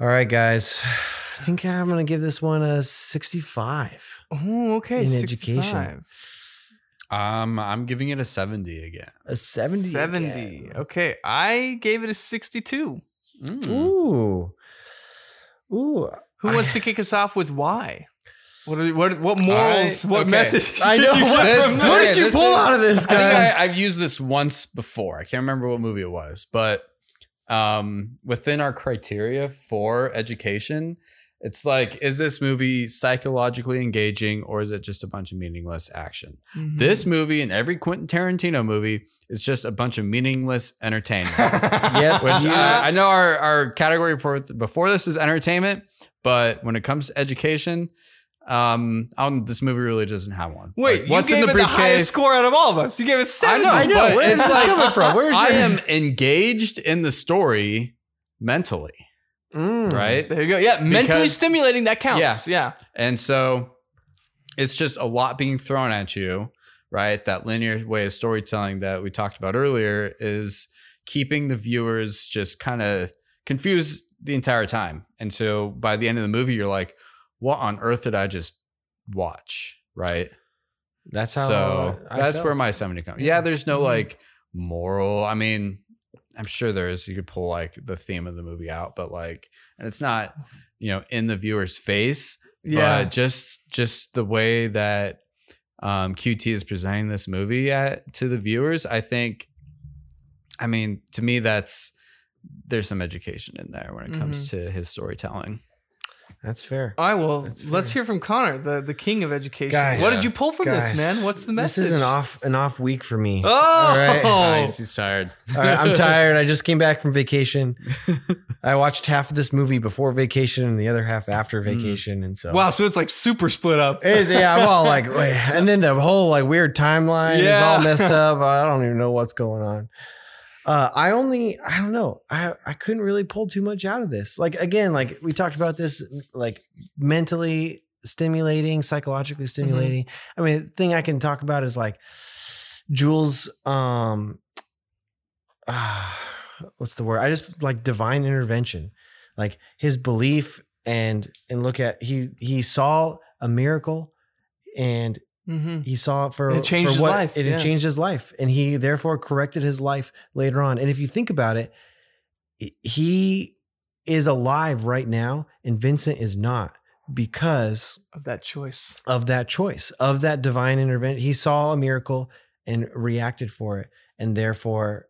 [SPEAKER 3] All right, guys. I think I'm gonna give this one a 65.
[SPEAKER 4] Oh, okay.
[SPEAKER 3] In education.
[SPEAKER 4] 65.
[SPEAKER 2] Um, I'm giving it a 70 again.
[SPEAKER 3] A 70.
[SPEAKER 4] 70.
[SPEAKER 3] again.
[SPEAKER 4] Okay. I gave it a 62.
[SPEAKER 2] Mm.
[SPEAKER 3] Ooh. Ooh.
[SPEAKER 4] Who
[SPEAKER 3] I-
[SPEAKER 4] wants to kick us off with why? What are, what what morals?
[SPEAKER 2] I-
[SPEAKER 4] what
[SPEAKER 2] okay.
[SPEAKER 4] message?
[SPEAKER 3] I know.
[SPEAKER 4] did you get
[SPEAKER 3] What,
[SPEAKER 2] This-
[SPEAKER 4] from
[SPEAKER 3] what
[SPEAKER 2] okay,
[SPEAKER 3] did you
[SPEAKER 2] this
[SPEAKER 3] pull
[SPEAKER 2] is-
[SPEAKER 3] out of this,
[SPEAKER 2] I
[SPEAKER 3] guys?
[SPEAKER 2] think I, I've used this once before. I can't remember what movie it was, but um, within our criteria for education, it's like, is this movie psychologically engaging or is it just a bunch of meaningless action?
[SPEAKER 3] Hmm.
[SPEAKER 4] Mhm.
[SPEAKER 2] This movie and every Quentin Tarantino movie is just a bunch of meaningless entertainment.
[SPEAKER 3] Yep.
[SPEAKER 2] Which
[SPEAKER 3] You-
[SPEAKER 2] Uh, I, I know our, our category for before this is entertainment, but when it comes to education, um, I don't, this movie really doesn't have one.
[SPEAKER 4] Wait,
[SPEAKER 2] Like,
[SPEAKER 4] you gave it the highest score out of all of us. You gave it
[SPEAKER 2] I
[SPEAKER 4] seven.
[SPEAKER 2] know,
[SPEAKER 3] I know,
[SPEAKER 2] but
[SPEAKER 3] where is
[SPEAKER 2] it's
[SPEAKER 3] this
[SPEAKER 2] like,
[SPEAKER 3] coming from? Where's
[SPEAKER 2] I
[SPEAKER 3] your-
[SPEAKER 2] am engaged in the story mentally,
[SPEAKER 3] Mm.
[SPEAKER 2] right?
[SPEAKER 4] There you go. Yeah, mentally
[SPEAKER 2] Because-
[SPEAKER 4] stimulating. That counts. Yeah.
[SPEAKER 2] And so it's just a lot being thrown at you, right? That linear way of storytelling that we talked about earlier is keeping the viewers just kind of confused the entire time. And so by the end of the movie, you're like, what on earth did I just watch? Right.
[SPEAKER 3] That's how.
[SPEAKER 2] so
[SPEAKER 3] I
[SPEAKER 2] that's
[SPEAKER 3] felt.
[SPEAKER 2] where my 70 comes.
[SPEAKER 3] Yeah. Mm-hmm.
[SPEAKER 2] Yeah, there's no
[SPEAKER 4] Mhm.
[SPEAKER 2] like moral. I mean, I'm sure there is. You could pull like the theme of the movie out, but like, and it's not,
[SPEAKER 3] Mm-hmm.
[SPEAKER 2] you know, in the viewer's face
[SPEAKER 4] Yeah.
[SPEAKER 2] but just just the way that um, QT is presenting this movie at, to the viewers, I think. I mean, to me, that's there's some education in there when it comes
[SPEAKER 4] Mm-hmm.
[SPEAKER 2] to his storytelling.
[SPEAKER 3] That's fair.
[SPEAKER 4] all right. Well,
[SPEAKER 3] That's
[SPEAKER 4] let's
[SPEAKER 3] fair.
[SPEAKER 4] hear from Connor, the, the king of education.
[SPEAKER 3] Guys.
[SPEAKER 4] what did you pull from this,
[SPEAKER 3] Guys.
[SPEAKER 4] man? What's the message?
[SPEAKER 3] This is an off an off week for me.
[SPEAKER 4] Oh,
[SPEAKER 3] All right.
[SPEAKER 2] Nice, he's tired.
[SPEAKER 3] All right, I'm tired. I just came back from vacation. I watched half of this movie before vacation and the other half after vacation, and so
[SPEAKER 4] Hmm. wow. So it's like super split up.
[SPEAKER 3] It- yeah, I'm all like, wait. and then the whole like weird timeline is
[SPEAKER 4] Yeah.
[SPEAKER 3] all messed up. I don't even know what's going on. Uh, I only, I don't know. I I couldn't really pull too much out of this. Like again, like we talked about this, like mentally stimulating, psychologically stimulating. I mean, the thing I can talk about is like Jules. Um, ah, what's the word? I just like divine intervention, like his belief and and look at he he saw a miracle and
[SPEAKER 4] Mm-hmm.
[SPEAKER 3] he saw it for
[SPEAKER 4] And it changed
[SPEAKER 3] for
[SPEAKER 4] his life,
[SPEAKER 3] It,
[SPEAKER 4] yeah.
[SPEAKER 3] had changed his life, and he therefore corrected his life later on. And if you think about it, he is alive right now, and Vincent is not because
[SPEAKER 4] Of that choice.
[SPEAKER 3] of that choice, of that divine intervention. He saw a miracle and reacted for it, and therefore,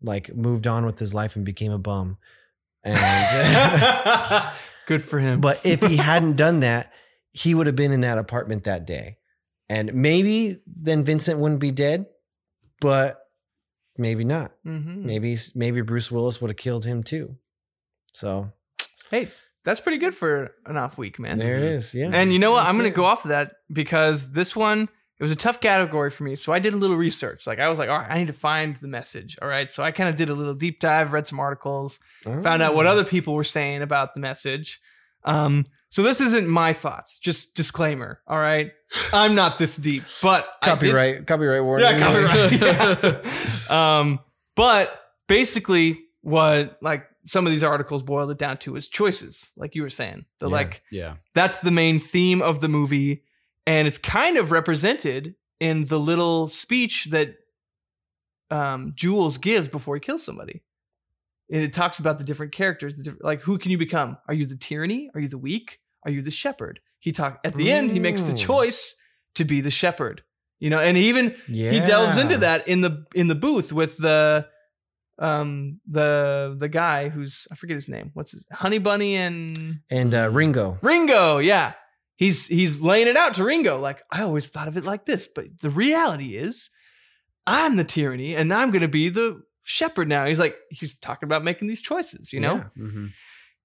[SPEAKER 3] like, moved on with his life and became a bum. And
[SPEAKER 4] Good for him.
[SPEAKER 3] but if he hadn't done that, he would have been in that apartment that day. And maybe then Vincent wouldn't be dead, but maybe not.
[SPEAKER 4] Mhm.
[SPEAKER 3] Maybe maybe Bruce Willis would have killed him too. So
[SPEAKER 4] Hey, that's pretty good for an off week, man.
[SPEAKER 3] there it is. Yeah.
[SPEAKER 4] And you know what? I'm
[SPEAKER 3] That's
[SPEAKER 4] going
[SPEAKER 3] it.
[SPEAKER 4] to go off of that because this one, it was a tough category for me. So I did a little research. Like I was like, all right, I need to find the message. All right. So I kind of did a little deep dive, read some articles, found
[SPEAKER 3] Mm.
[SPEAKER 4] out what other people were saying about the message. Um, so this isn't my thoughts. Just disclaimer. All right. I'm not this deep, but I did-
[SPEAKER 3] copyright copyright warning.
[SPEAKER 4] yeah, copyright. um, but basically, what like some of these articles boiled it down to is choices, like you were saying. The
[SPEAKER 3] Yeah.
[SPEAKER 4] like
[SPEAKER 2] Yeah.
[SPEAKER 4] that's the main theme of the movie, and it's kind of represented in the little speech that um, Jules gives before he kills somebody. And it talks about the different characters, the different, like who can you become? Are you the tyranny? Are you the weak? Are you the shepherd? He talk at the end. He makes the
[SPEAKER 3] Mm.
[SPEAKER 4] choice to be the shepherd. You know, and he even
[SPEAKER 3] Yeah.
[SPEAKER 4] he delves into that in the in the booth with the um the the guy who's I forget his name. What's his Honey Bunny and
[SPEAKER 3] And uh, Ringo.
[SPEAKER 4] Ringo, yeah. He's he's laying it out to Ringo like I always thought of it like this, but the reality is I'm the tyranny and I'm going to be the shepherd now. He's like he's talking about making these choices, you know?
[SPEAKER 3] Yeah.
[SPEAKER 2] Mm-hmm.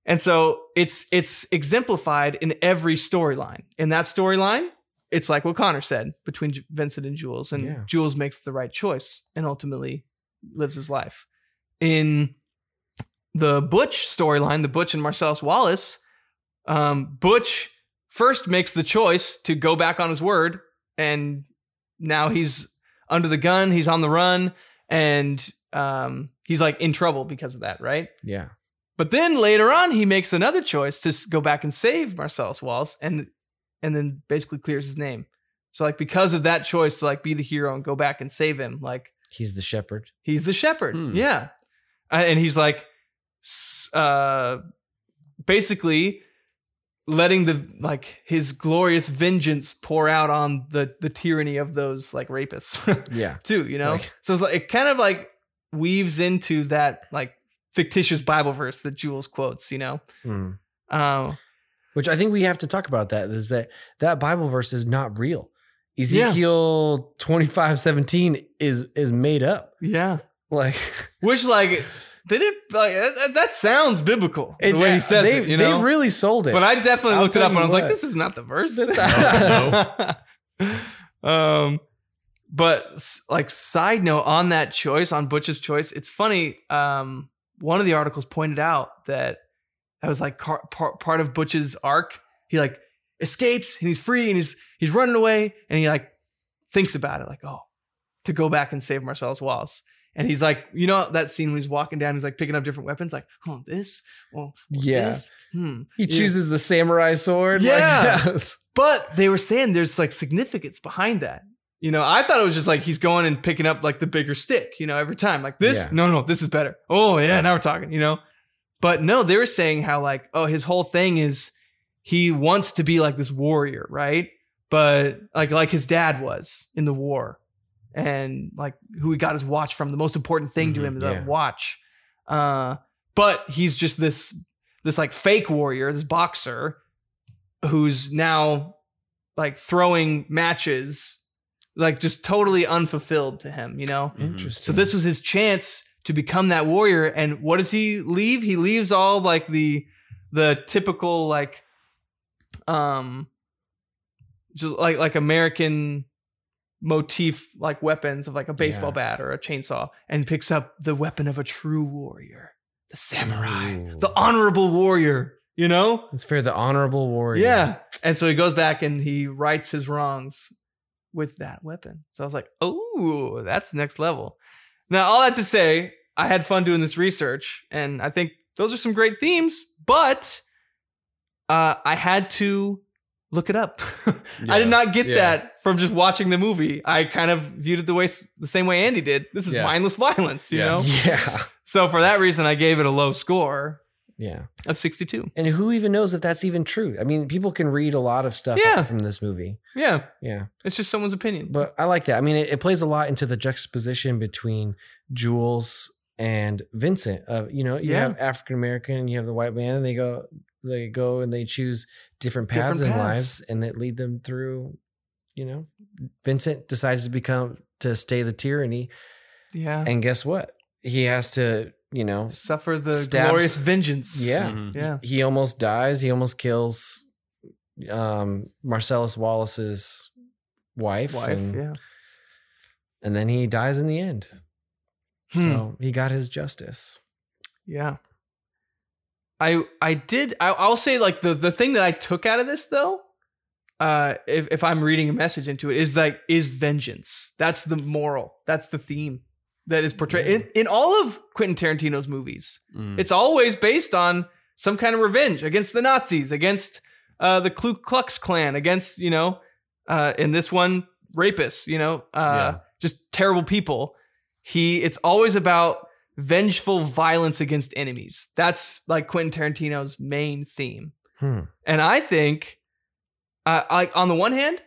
[SPEAKER 4] And so it's it's exemplified in every storyline. In that storyline, it's like what Connor said between Ju- Vincent and Jules, and
[SPEAKER 3] Yeah.
[SPEAKER 4] Jules makes the right choice and ultimately lives his life. In the Butch storyline, the Butch and Marcellus Wallace, um, Butch first makes the choice to go back on his word, and now he's under the gun, he's on the run, and um, he's like in trouble because of that, right?
[SPEAKER 3] Yeah.
[SPEAKER 4] But then later on, he makes another choice to s- go back and save Marcellus Wallace, and and then basically clears his name. So like because of that choice to like be the hero and go back and save him, like
[SPEAKER 3] He's the shepherd.
[SPEAKER 4] he's the shepherd,
[SPEAKER 2] Hmm.
[SPEAKER 4] yeah. Uh, And he's like, s- uh, basically letting the like his glorious vengeance pour out on the the tyranny of those like rapists.
[SPEAKER 3] Yeah.
[SPEAKER 4] too, you know?
[SPEAKER 3] Like-
[SPEAKER 4] so it's like, it kind of like weaves into that like fictitious Bible verse that Jules quotes, you know?
[SPEAKER 3] Mm.
[SPEAKER 4] Um,
[SPEAKER 3] which I think we have to talk about that is that that Bible verse is not real.
[SPEAKER 4] Yeah.
[SPEAKER 3] Ezekiel twenty five seventeen is is made up.
[SPEAKER 4] yeah.
[SPEAKER 3] Like
[SPEAKER 4] Which like, did it, like, that, that- that sounds biblical the way he says
[SPEAKER 3] they,
[SPEAKER 4] it, you know?
[SPEAKER 3] they really sold it.
[SPEAKER 4] but I definitely
[SPEAKER 3] I'll
[SPEAKER 4] looked it
[SPEAKER 3] tell
[SPEAKER 4] up and
[SPEAKER 3] you
[SPEAKER 4] I was like,
[SPEAKER 3] what.
[SPEAKER 4] this is not the verse.
[SPEAKER 3] No,
[SPEAKER 4] um, but s- like side note on that choice, on Butch's choice, it's funny. Um, one of the articles pointed out that that was like car- par- part of Butch's arc. He like escapes and he's free and he's he's running away and he like thinks about it like oh to go back and save Marcellus Wallace. And he's like, you know, that scene when he's walking down, he's like picking up different weapons, like, oh, this, well,
[SPEAKER 3] yeah,
[SPEAKER 4] this, hmm.
[SPEAKER 3] he chooses the samurai sword.
[SPEAKER 4] Yeah.
[SPEAKER 3] like, yes.
[SPEAKER 4] But they were saying there's like significance behind that. You know, I thought it was just like he's going and picking up like the bigger stick, you know, every time. Like this,
[SPEAKER 3] Yeah.
[SPEAKER 4] no, no, this is better. Oh, yeah, now we're talking, you know? But no, they were saying how like, oh, his whole thing is he wants to be like this warrior, right? But like like his dad was in the war and like who he got his watch from, the most important thing to
[SPEAKER 2] Mhm,
[SPEAKER 4] him,
[SPEAKER 3] Mm-hmm, yeah.
[SPEAKER 4] the watch. Uh but he's just this this like fake warrior, this boxer who's now like throwing matches like just totally unfulfilled to him, you know?
[SPEAKER 3] interesting.
[SPEAKER 4] So this was his chance to become that warrior. And what does he leave? He leaves all like the the typical like um just like like American motif like weapons of like a baseball bat or a chainsaw and picks up the weapon of a true warrior, the samurai,
[SPEAKER 3] Ooh.
[SPEAKER 4] the honorable warrior, you know?
[SPEAKER 3] it's fair. The honorable warrior.
[SPEAKER 4] Yeah. And so he goes back and he rights his wrongs with that weapon. So I was like, oh, that's next level. Now, all that to say, I had fun doing this research, and I think those are some great themes, but uh, I had to look it up. I did not get
[SPEAKER 2] Yeah.
[SPEAKER 4] that from just watching the movie. I kind of viewed it the way the same way Andy did. This is
[SPEAKER 2] Yeah.
[SPEAKER 4] mindless violence, you
[SPEAKER 2] Yeah.
[SPEAKER 4] know?
[SPEAKER 3] yeah,
[SPEAKER 4] So for that reason, I gave it a low score
[SPEAKER 3] yeah.
[SPEAKER 4] of 62.
[SPEAKER 3] And who even knows if that's even true? I mean, people can read a lot of stuff
[SPEAKER 4] Yeah.
[SPEAKER 3] from this movie.
[SPEAKER 4] Yeah,
[SPEAKER 3] Yeah.
[SPEAKER 4] it's just someone's opinion.
[SPEAKER 3] But I like that. I mean, it, it plays a lot into the juxtaposition between Jules and Vincent. Uh, you know, you
[SPEAKER 4] Yeah.
[SPEAKER 3] have African American, you have the white man, and they go, they go and they choose different paths
[SPEAKER 4] Different
[SPEAKER 3] in
[SPEAKER 4] paths.
[SPEAKER 3] lives, and that lead them through. You know, Vincent decides to become to stay the tyranny,
[SPEAKER 4] yeah.
[SPEAKER 3] and guess what? He has to. You know,
[SPEAKER 4] suffer the
[SPEAKER 3] Stabs-
[SPEAKER 4] glorious vengeance.
[SPEAKER 3] yeah,
[SPEAKER 2] Mhm.
[SPEAKER 4] Yeah.
[SPEAKER 3] he almost dies. He almost kills um Marcellus Wallace's wife,
[SPEAKER 4] Wife.
[SPEAKER 3] and,
[SPEAKER 4] Yeah.
[SPEAKER 3] and then he dies in the end.
[SPEAKER 4] So-
[SPEAKER 3] So he got his justice.
[SPEAKER 4] yeah. I I did I, I'll say like the the thing that I took out of this though, uh, if if I'm reading a message into it, is like is vengeance. That's the moral. That's the theme. that is portrayed in, in all of Quentin Tarantino's movies.
[SPEAKER 2] Hmm. mm-hmm.
[SPEAKER 4] It's always based on some kind of revenge against the Nazis, against uh, the Ku Klux Klan, against you know, uh, in this one, rapists. You know, uh,
[SPEAKER 2] Yeah.
[SPEAKER 4] just terrible people. He. It's always about vengeful violence against enemies. That's like Quentin Tarantino's main theme.
[SPEAKER 3] Hmm.
[SPEAKER 4] And I think, uh, like on the one hand,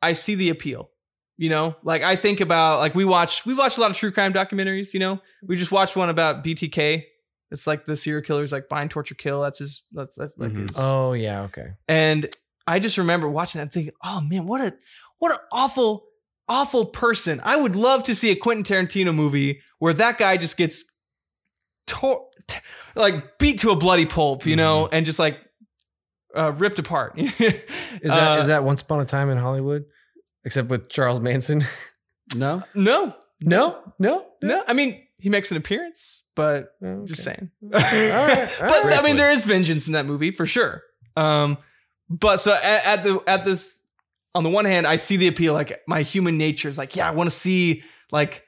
[SPEAKER 4] I see the appeal. You know, like I think about like we watched we watched a lot of true crime documentaries. You know, we just watched one about BTK. It's like the serial killers like bind, torture, kill. That's his. That's that's like
[SPEAKER 2] Mhm.
[SPEAKER 4] his.
[SPEAKER 3] Oh yeah. Okay.
[SPEAKER 4] And I just remember watching that and thinking, oh man, what a what an awful, awful person. I would love to see a Quentin Tarantino movie where that guy just gets tor- t- like beat to a bloody pulp, you know, and just like uh, ripped apart. Uh, is
[SPEAKER 3] Mm-hmm. Is that is that Once Upon a Time in Hollywood? Except with Charles Manson.
[SPEAKER 2] No.
[SPEAKER 4] no,
[SPEAKER 3] no. No.
[SPEAKER 4] no. I mean, he makes an appearance, but
[SPEAKER 3] Oh, Okay.
[SPEAKER 4] just saying.
[SPEAKER 3] right, all
[SPEAKER 4] but I
[SPEAKER 3] right.
[SPEAKER 4] mean, there is vengeance in that movie for sure. Um, but so at, at the at this, on the one hand, I see the appeal. Like my human nature is like, yeah, I want to see like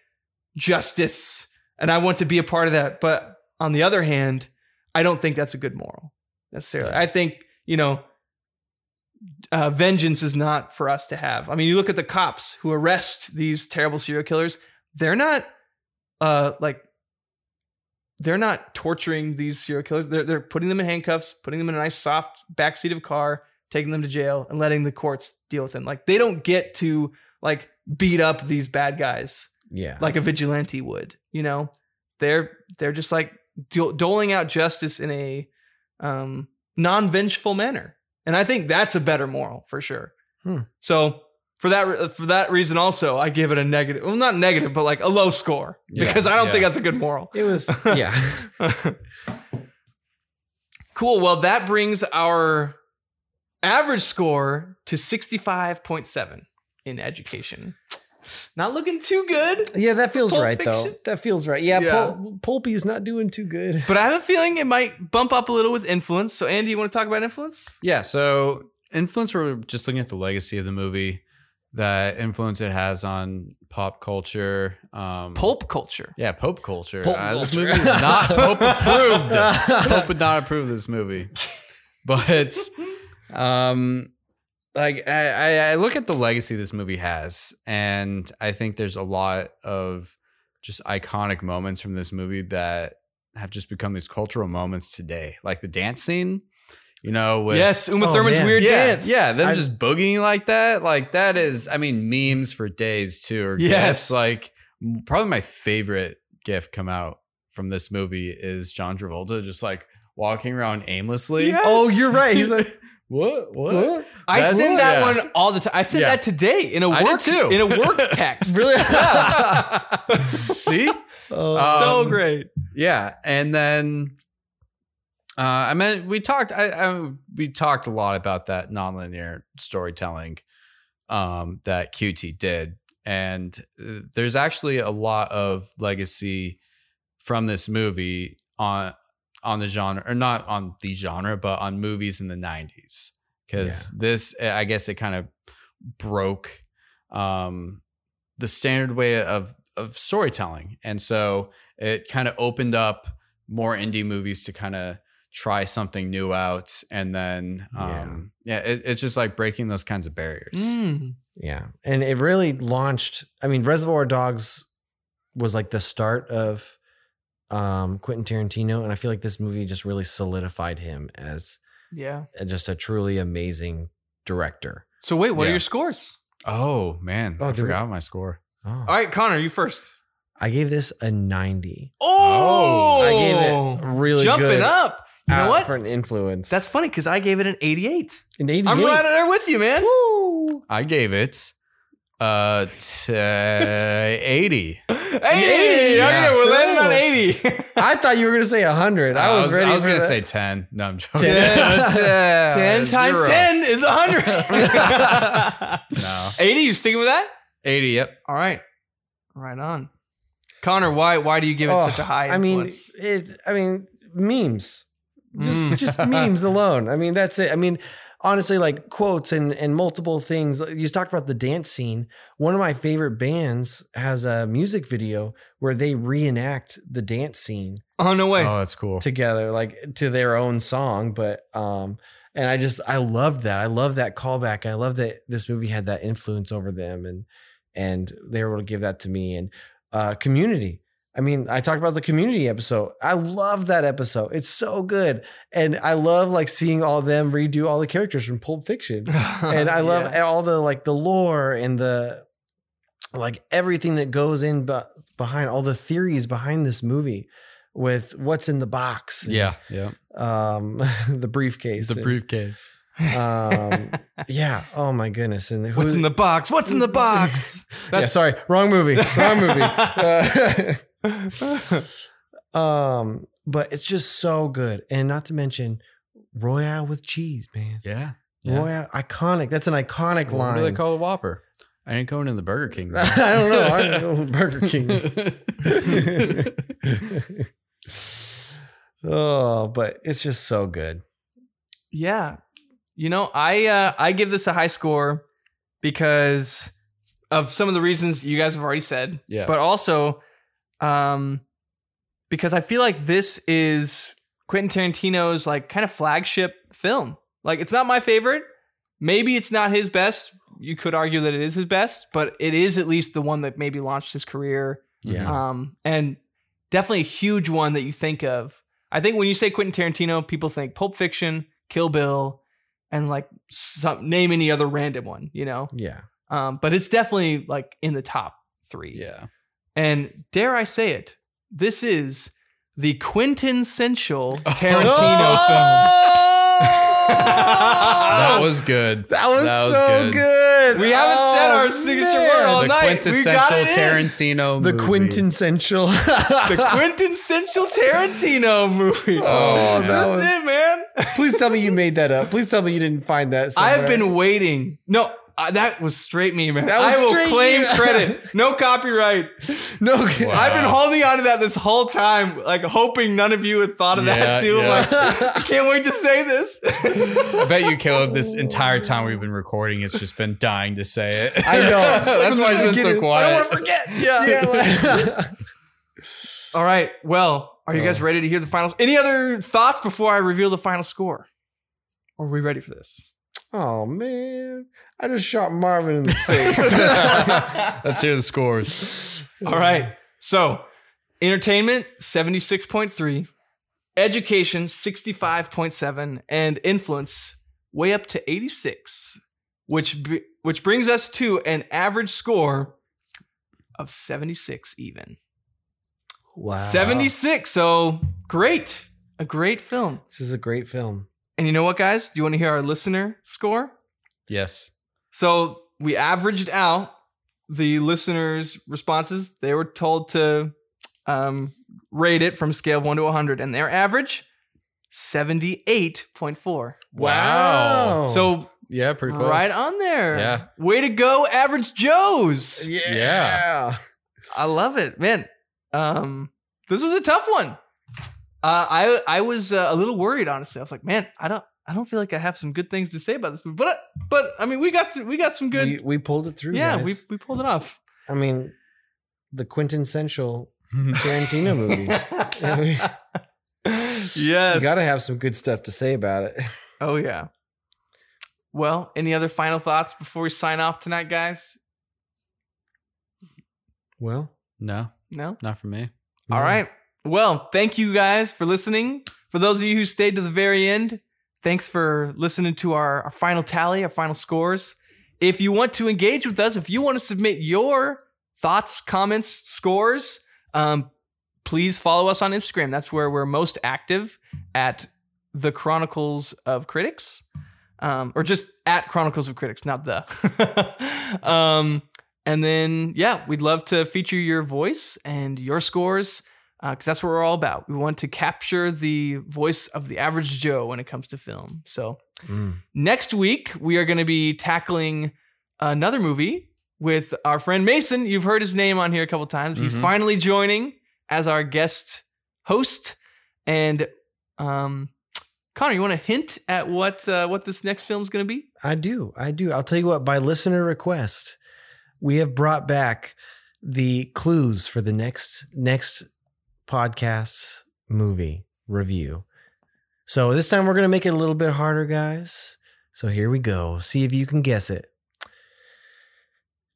[SPEAKER 4] justice, and I want to be a part of that. But on the other hand, I don't think that's a good moral necessarily. I think you know, uh, vengeance is not for us to have. I mean, you look at the cops who arrest these terrible serial killers; they're not uh, like they're not torturing these serial killers. They're they're putting them in handcuffs, putting them in a nice soft backseat of a car, taking them to jail, and letting the courts deal with them. Like they don't get to like beat up these bad guys
[SPEAKER 3] Yeah.
[SPEAKER 4] like a vigilante would. You know, they're they're just like do- doling out justice in a um, non vengeful manner, and I think that's a better moral for sure.
[SPEAKER 3] Hmm.
[SPEAKER 4] So for that re- for that reason, also I give it a negative. Well, not negative, but like a low score
[SPEAKER 2] Yeah,
[SPEAKER 4] because I don't
[SPEAKER 2] yeah.
[SPEAKER 4] think that's a good moral.
[SPEAKER 3] it was. Yeah.
[SPEAKER 4] cool. Well, that brings our average score to 65.7 in education. Not looking too good,
[SPEAKER 3] Yeah, that feels
[SPEAKER 4] Pulp
[SPEAKER 3] right though.
[SPEAKER 4] Fiction?
[SPEAKER 3] That feels right. Yeah,
[SPEAKER 4] Yeah.
[SPEAKER 3] Pul- Pulpy's not doing too good.
[SPEAKER 4] but I have a feeling it might bump up a little with influence. So, Andy, you want to talk about influence?
[SPEAKER 2] Yeah. So influence. We're just looking at the legacy of the movie, the influence it has on pop culture. Um,
[SPEAKER 4] Pulp culture.
[SPEAKER 2] Yeah, Pope culture.
[SPEAKER 3] Pope
[SPEAKER 2] Uh, This
[SPEAKER 3] culture.
[SPEAKER 2] movie is not Pope approved. Pope would not approve this movie. But um like I, I- I look at the legacy this movie has, and I think there's a lot of just iconic moments from this movie that have just become these cultural moments today. Like the dance scene, you know, with
[SPEAKER 4] yes, Uma
[SPEAKER 3] Oh,
[SPEAKER 4] Thurman's
[SPEAKER 3] man.
[SPEAKER 4] weird
[SPEAKER 2] yeah,
[SPEAKER 4] dance.
[SPEAKER 2] Yeah, them
[SPEAKER 3] I-
[SPEAKER 2] just boogieing like that. Like that is, I mean, memes for days too. Or
[SPEAKER 4] Yes.
[SPEAKER 2] gifs. Like m- probably my favorite gif come out from this movie is John Travolta just like walking around aimlessly.
[SPEAKER 4] Yes.
[SPEAKER 3] Oh, you're right. He's like,
[SPEAKER 2] What? What?
[SPEAKER 3] what?
[SPEAKER 4] I
[SPEAKER 2] That's-
[SPEAKER 4] send that
[SPEAKER 2] yeah.
[SPEAKER 4] one all the time. I send
[SPEAKER 2] Yeah.
[SPEAKER 4] that today in a work
[SPEAKER 2] I did too.
[SPEAKER 4] in a work text.
[SPEAKER 3] Really?
[SPEAKER 2] See?
[SPEAKER 3] Oh,
[SPEAKER 4] so
[SPEAKER 2] Um,
[SPEAKER 4] great.
[SPEAKER 2] Yeah, and then uh, I mean, we talked. I, I we talked a lot about that nonlinear storytelling um, that QT did, and uh, there's actually a lot of legacy from this movie on on the genre, or not on the genre, but on movies in the '90s. Because this, I guess, it kind of broke um, the standard way of of storytelling, and so it kind of opened up more indie movies to kind of try something new out and then um yeah, it, it's just like breaking those kinds of barriers
[SPEAKER 4] Mm.
[SPEAKER 3] yeah, and it really launched. I mean, Reservoir Dogs was like the start of um, Quentin Tarantino, and I feel like this movie just really solidified him as
[SPEAKER 4] Yeah.
[SPEAKER 3] just a truly amazing director.
[SPEAKER 4] So, wait, what are
[SPEAKER 2] Yeah.
[SPEAKER 4] your scores?
[SPEAKER 2] oh man
[SPEAKER 3] Oh,
[SPEAKER 2] i
[SPEAKER 3] do we-
[SPEAKER 2] forgot my score
[SPEAKER 3] Oh.
[SPEAKER 4] All right, Connor, you first.
[SPEAKER 3] I gave this a ninety.
[SPEAKER 4] Oh,
[SPEAKER 3] I gave it really
[SPEAKER 4] jumping
[SPEAKER 3] good
[SPEAKER 4] up. You know
[SPEAKER 3] out
[SPEAKER 4] what?
[SPEAKER 3] for an influence.
[SPEAKER 4] That's funny because I gave it an 88.
[SPEAKER 3] an 88
[SPEAKER 4] I'm right there with you, man.
[SPEAKER 2] i gave it uh t- 80
[SPEAKER 4] 80.
[SPEAKER 3] Yeah.
[SPEAKER 4] Okay, we're landing on
[SPEAKER 3] Cool.
[SPEAKER 4] 80.
[SPEAKER 3] I thought you were gonna say hundred. I, was ready.
[SPEAKER 2] i was
[SPEAKER 3] for
[SPEAKER 2] gonna
[SPEAKER 3] that.
[SPEAKER 2] say 10 no i'm joking
[SPEAKER 4] 10 times
[SPEAKER 2] Zero.
[SPEAKER 4] 10 is 100.
[SPEAKER 2] no
[SPEAKER 4] 80, you sticking with that?
[SPEAKER 2] 80 yep
[SPEAKER 4] All right. Right on. Connor, why why do you give it
[SPEAKER 3] Oh,
[SPEAKER 4] such a high
[SPEAKER 3] I mean,
[SPEAKER 4] influence?
[SPEAKER 3] it, I mean, memes. just
[SPEAKER 2] Mm.
[SPEAKER 3] just memes alone. I mean, that's it. I mean, honestly, like quotes and and multiple things. Like, You talked about the dance scene. One of my favorite bands has a music video where they reenact the dance scene
[SPEAKER 4] Oh no way!
[SPEAKER 2] Oh, that's cool.
[SPEAKER 3] together, like to their own song. But um, and I just I loved that. I love that callback. I love that this movie had that influence over them, and and they were able to give that to me. And uh, Community. I mean, I talked about the Community episode. I love that episode. It's so good, and I love like seeing all them redo all the characters from Pulp Fiction and I love
[SPEAKER 4] Yeah.
[SPEAKER 3] all the like the lore and the like everything that goes in be- behind all the theories behind this movie with what's in the box. and,
[SPEAKER 2] Yeah, yeah.
[SPEAKER 3] Um, the briefcase.
[SPEAKER 2] The
[SPEAKER 3] and,
[SPEAKER 2] briefcase.
[SPEAKER 3] um, yeah. Oh my goodness. And who,
[SPEAKER 4] What's in the box? What's in the box?
[SPEAKER 3] yeah. Sorry. Wrong movie. Wrong movie. Uh, um, but it's just so good, and not to mention Royale with cheese, man.
[SPEAKER 2] Yeah.
[SPEAKER 3] Royale, iconic. That's an iconic
[SPEAKER 2] What
[SPEAKER 3] line.
[SPEAKER 2] do they call a Whopper? I ain't going to the Burger King. man.
[SPEAKER 3] I don't know. I don't know. Burger King. oh, but it's just so good.
[SPEAKER 4] yeah, you know, I uh, I give this a high score because of some of the reasons you guys have already said.
[SPEAKER 2] yeah.
[SPEAKER 4] but also um because I feel like this is Quentin Tarantino's like kind of flagship film. Like it's not my favorite. Maybe it's not his best. You could argue that it is his best, but it is at least the one that maybe launched his career.
[SPEAKER 2] yeah.
[SPEAKER 4] Um and definitely a huge one that you think of. I think when you say Quentin Tarantino, people think Pulp Fiction, Kill Bill, and like some name any other random one, you know.
[SPEAKER 3] Yeah.
[SPEAKER 4] Um, but it's definitely like in the top three.
[SPEAKER 2] Yeah.
[SPEAKER 4] And dare I say it, this is the quintessential Tarantino
[SPEAKER 2] That
[SPEAKER 4] film.
[SPEAKER 2] was good.
[SPEAKER 3] Oh! That was,
[SPEAKER 2] That was
[SPEAKER 3] so
[SPEAKER 2] good.
[SPEAKER 3] good. Oh,
[SPEAKER 4] We haven't said our signature word all
[SPEAKER 2] the
[SPEAKER 4] night. We got
[SPEAKER 2] quintessential
[SPEAKER 4] it in.
[SPEAKER 2] Tarantino.
[SPEAKER 3] The
[SPEAKER 2] movie.
[SPEAKER 3] quintessential.
[SPEAKER 4] the quintessential Tarantino movie.
[SPEAKER 3] Oh, that
[SPEAKER 4] That's
[SPEAKER 3] was-
[SPEAKER 4] it, man.
[SPEAKER 3] Please tell me you made that up. Please tell me you didn't find that.
[SPEAKER 4] I
[SPEAKER 3] Somewhere.
[SPEAKER 4] have been waiting. No, uh, that was straight me, man.
[SPEAKER 3] That was
[SPEAKER 4] I will
[SPEAKER 3] straight
[SPEAKER 4] claim
[SPEAKER 3] you.
[SPEAKER 4] credit. No copyright.
[SPEAKER 3] no.
[SPEAKER 2] Wow.
[SPEAKER 4] I've been holding on to that this whole time, like hoping none of you had thought of
[SPEAKER 2] Yeah,
[SPEAKER 4] that too. I'm
[SPEAKER 2] yeah.
[SPEAKER 4] like, I can't wait to say this.
[SPEAKER 2] I bet you, Caleb, this entire time we've been recording, it's just been dying to say it.
[SPEAKER 3] I know.
[SPEAKER 2] That's why it's been so
[SPEAKER 4] I don't
[SPEAKER 2] quiet.
[SPEAKER 4] want to forget.
[SPEAKER 3] Yeah. like-
[SPEAKER 4] All right. Well, are you
[SPEAKER 3] Oh.
[SPEAKER 4] guys ready to hear the final? Any other thoughts before I reveal the final score? Or are we ready for this?
[SPEAKER 3] oh man, I just shot Marvin in the face.
[SPEAKER 2] Let's hear the scores.
[SPEAKER 4] All right. So, entertainment 76.3, education 65.7, and influence way up to 86, which br- which brings us to an average score of 76 even.
[SPEAKER 3] wow.
[SPEAKER 4] 76. So, great. A great film.
[SPEAKER 3] This is a great film.
[SPEAKER 4] And you know what, guys? Do you want to hear our listener score?
[SPEAKER 2] Yes.
[SPEAKER 4] So we averaged out the listeners' responses. They were told to um, rate it from a scale of one to 100, and their average, 78.4.
[SPEAKER 2] Wow.
[SPEAKER 4] So
[SPEAKER 2] Yeah, pretty close.
[SPEAKER 4] right on there.
[SPEAKER 2] Yeah.
[SPEAKER 4] Way to go, average Joes.
[SPEAKER 3] Yeah.
[SPEAKER 2] Yeah.
[SPEAKER 4] I love it, man. Um, this was a tough one. Uh, I I was uh, a little worried, honestly. I was like, man, I don't I don't feel like I have some good things to say about this, movie. but but I mean, we got to, we got some good.
[SPEAKER 3] We, we pulled it through.
[SPEAKER 4] yeah,
[SPEAKER 3] guys.
[SPEAKER 4] we we pulled it off.
[SPEAKER 3] I mean, the quintessential Tarantino movie. I mean,
[SPEAKER 4] yes.
[SPEAKER 3] You got to have some good stuff to say about it.
[SPEAKER 4] Oh yeah. Well, any other final thoughts before we sign off tonight, guys?
[SPEAKER 3] Well,
[SPEAKER 2] No,
[SPEAKER 4] No.
[SPEAKER 2] not for me.
[SPEAKER 4] All right. Well, thank you guys for listening. For those of you who stayed to the very end, thanks for listening to our, our final tally, our final scores. If you want to engage with us, if you want to submit your thoughts, comments, scores, um, please follow us on Instagram. That's where we're most active at the Chronicles of Critics, um, or just at Chronicles of Critics, not the. um, and then, yeah, we'd love to feature your voice and your scores because that's what we're all about. We want to capture the voice of the average Joe when it comes to film. So
[SPEAKER 3] Mm.
[SPEAKER 4] next week, we are going to be tackling another movie with our friend Mason. You've heard his name on here a couple times. He's
[SPEAKER 2] Mhm.
[SPEAKER 4] finally joining as our guest host. And um,
[SPEAKER 1] Connor, you want to hint at what uh, what this next film's going to be?
[SPEAKER 3] I do. I do. I'll tell you what, by listener request, we have brought back the clues for the next next podcast movie review. So this time we're going to make it a little bit harder, guys. So here we go. See if you can guess it.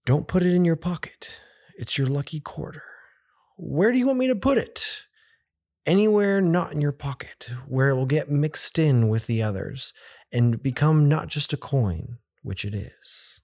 [SPEAKER 3] Don't put it in your pocket. It's your lucky quarter. Where do you want me to put it? Anywhere not in your pocket, where it will get mixed in with the others and become not just a coin, which it is.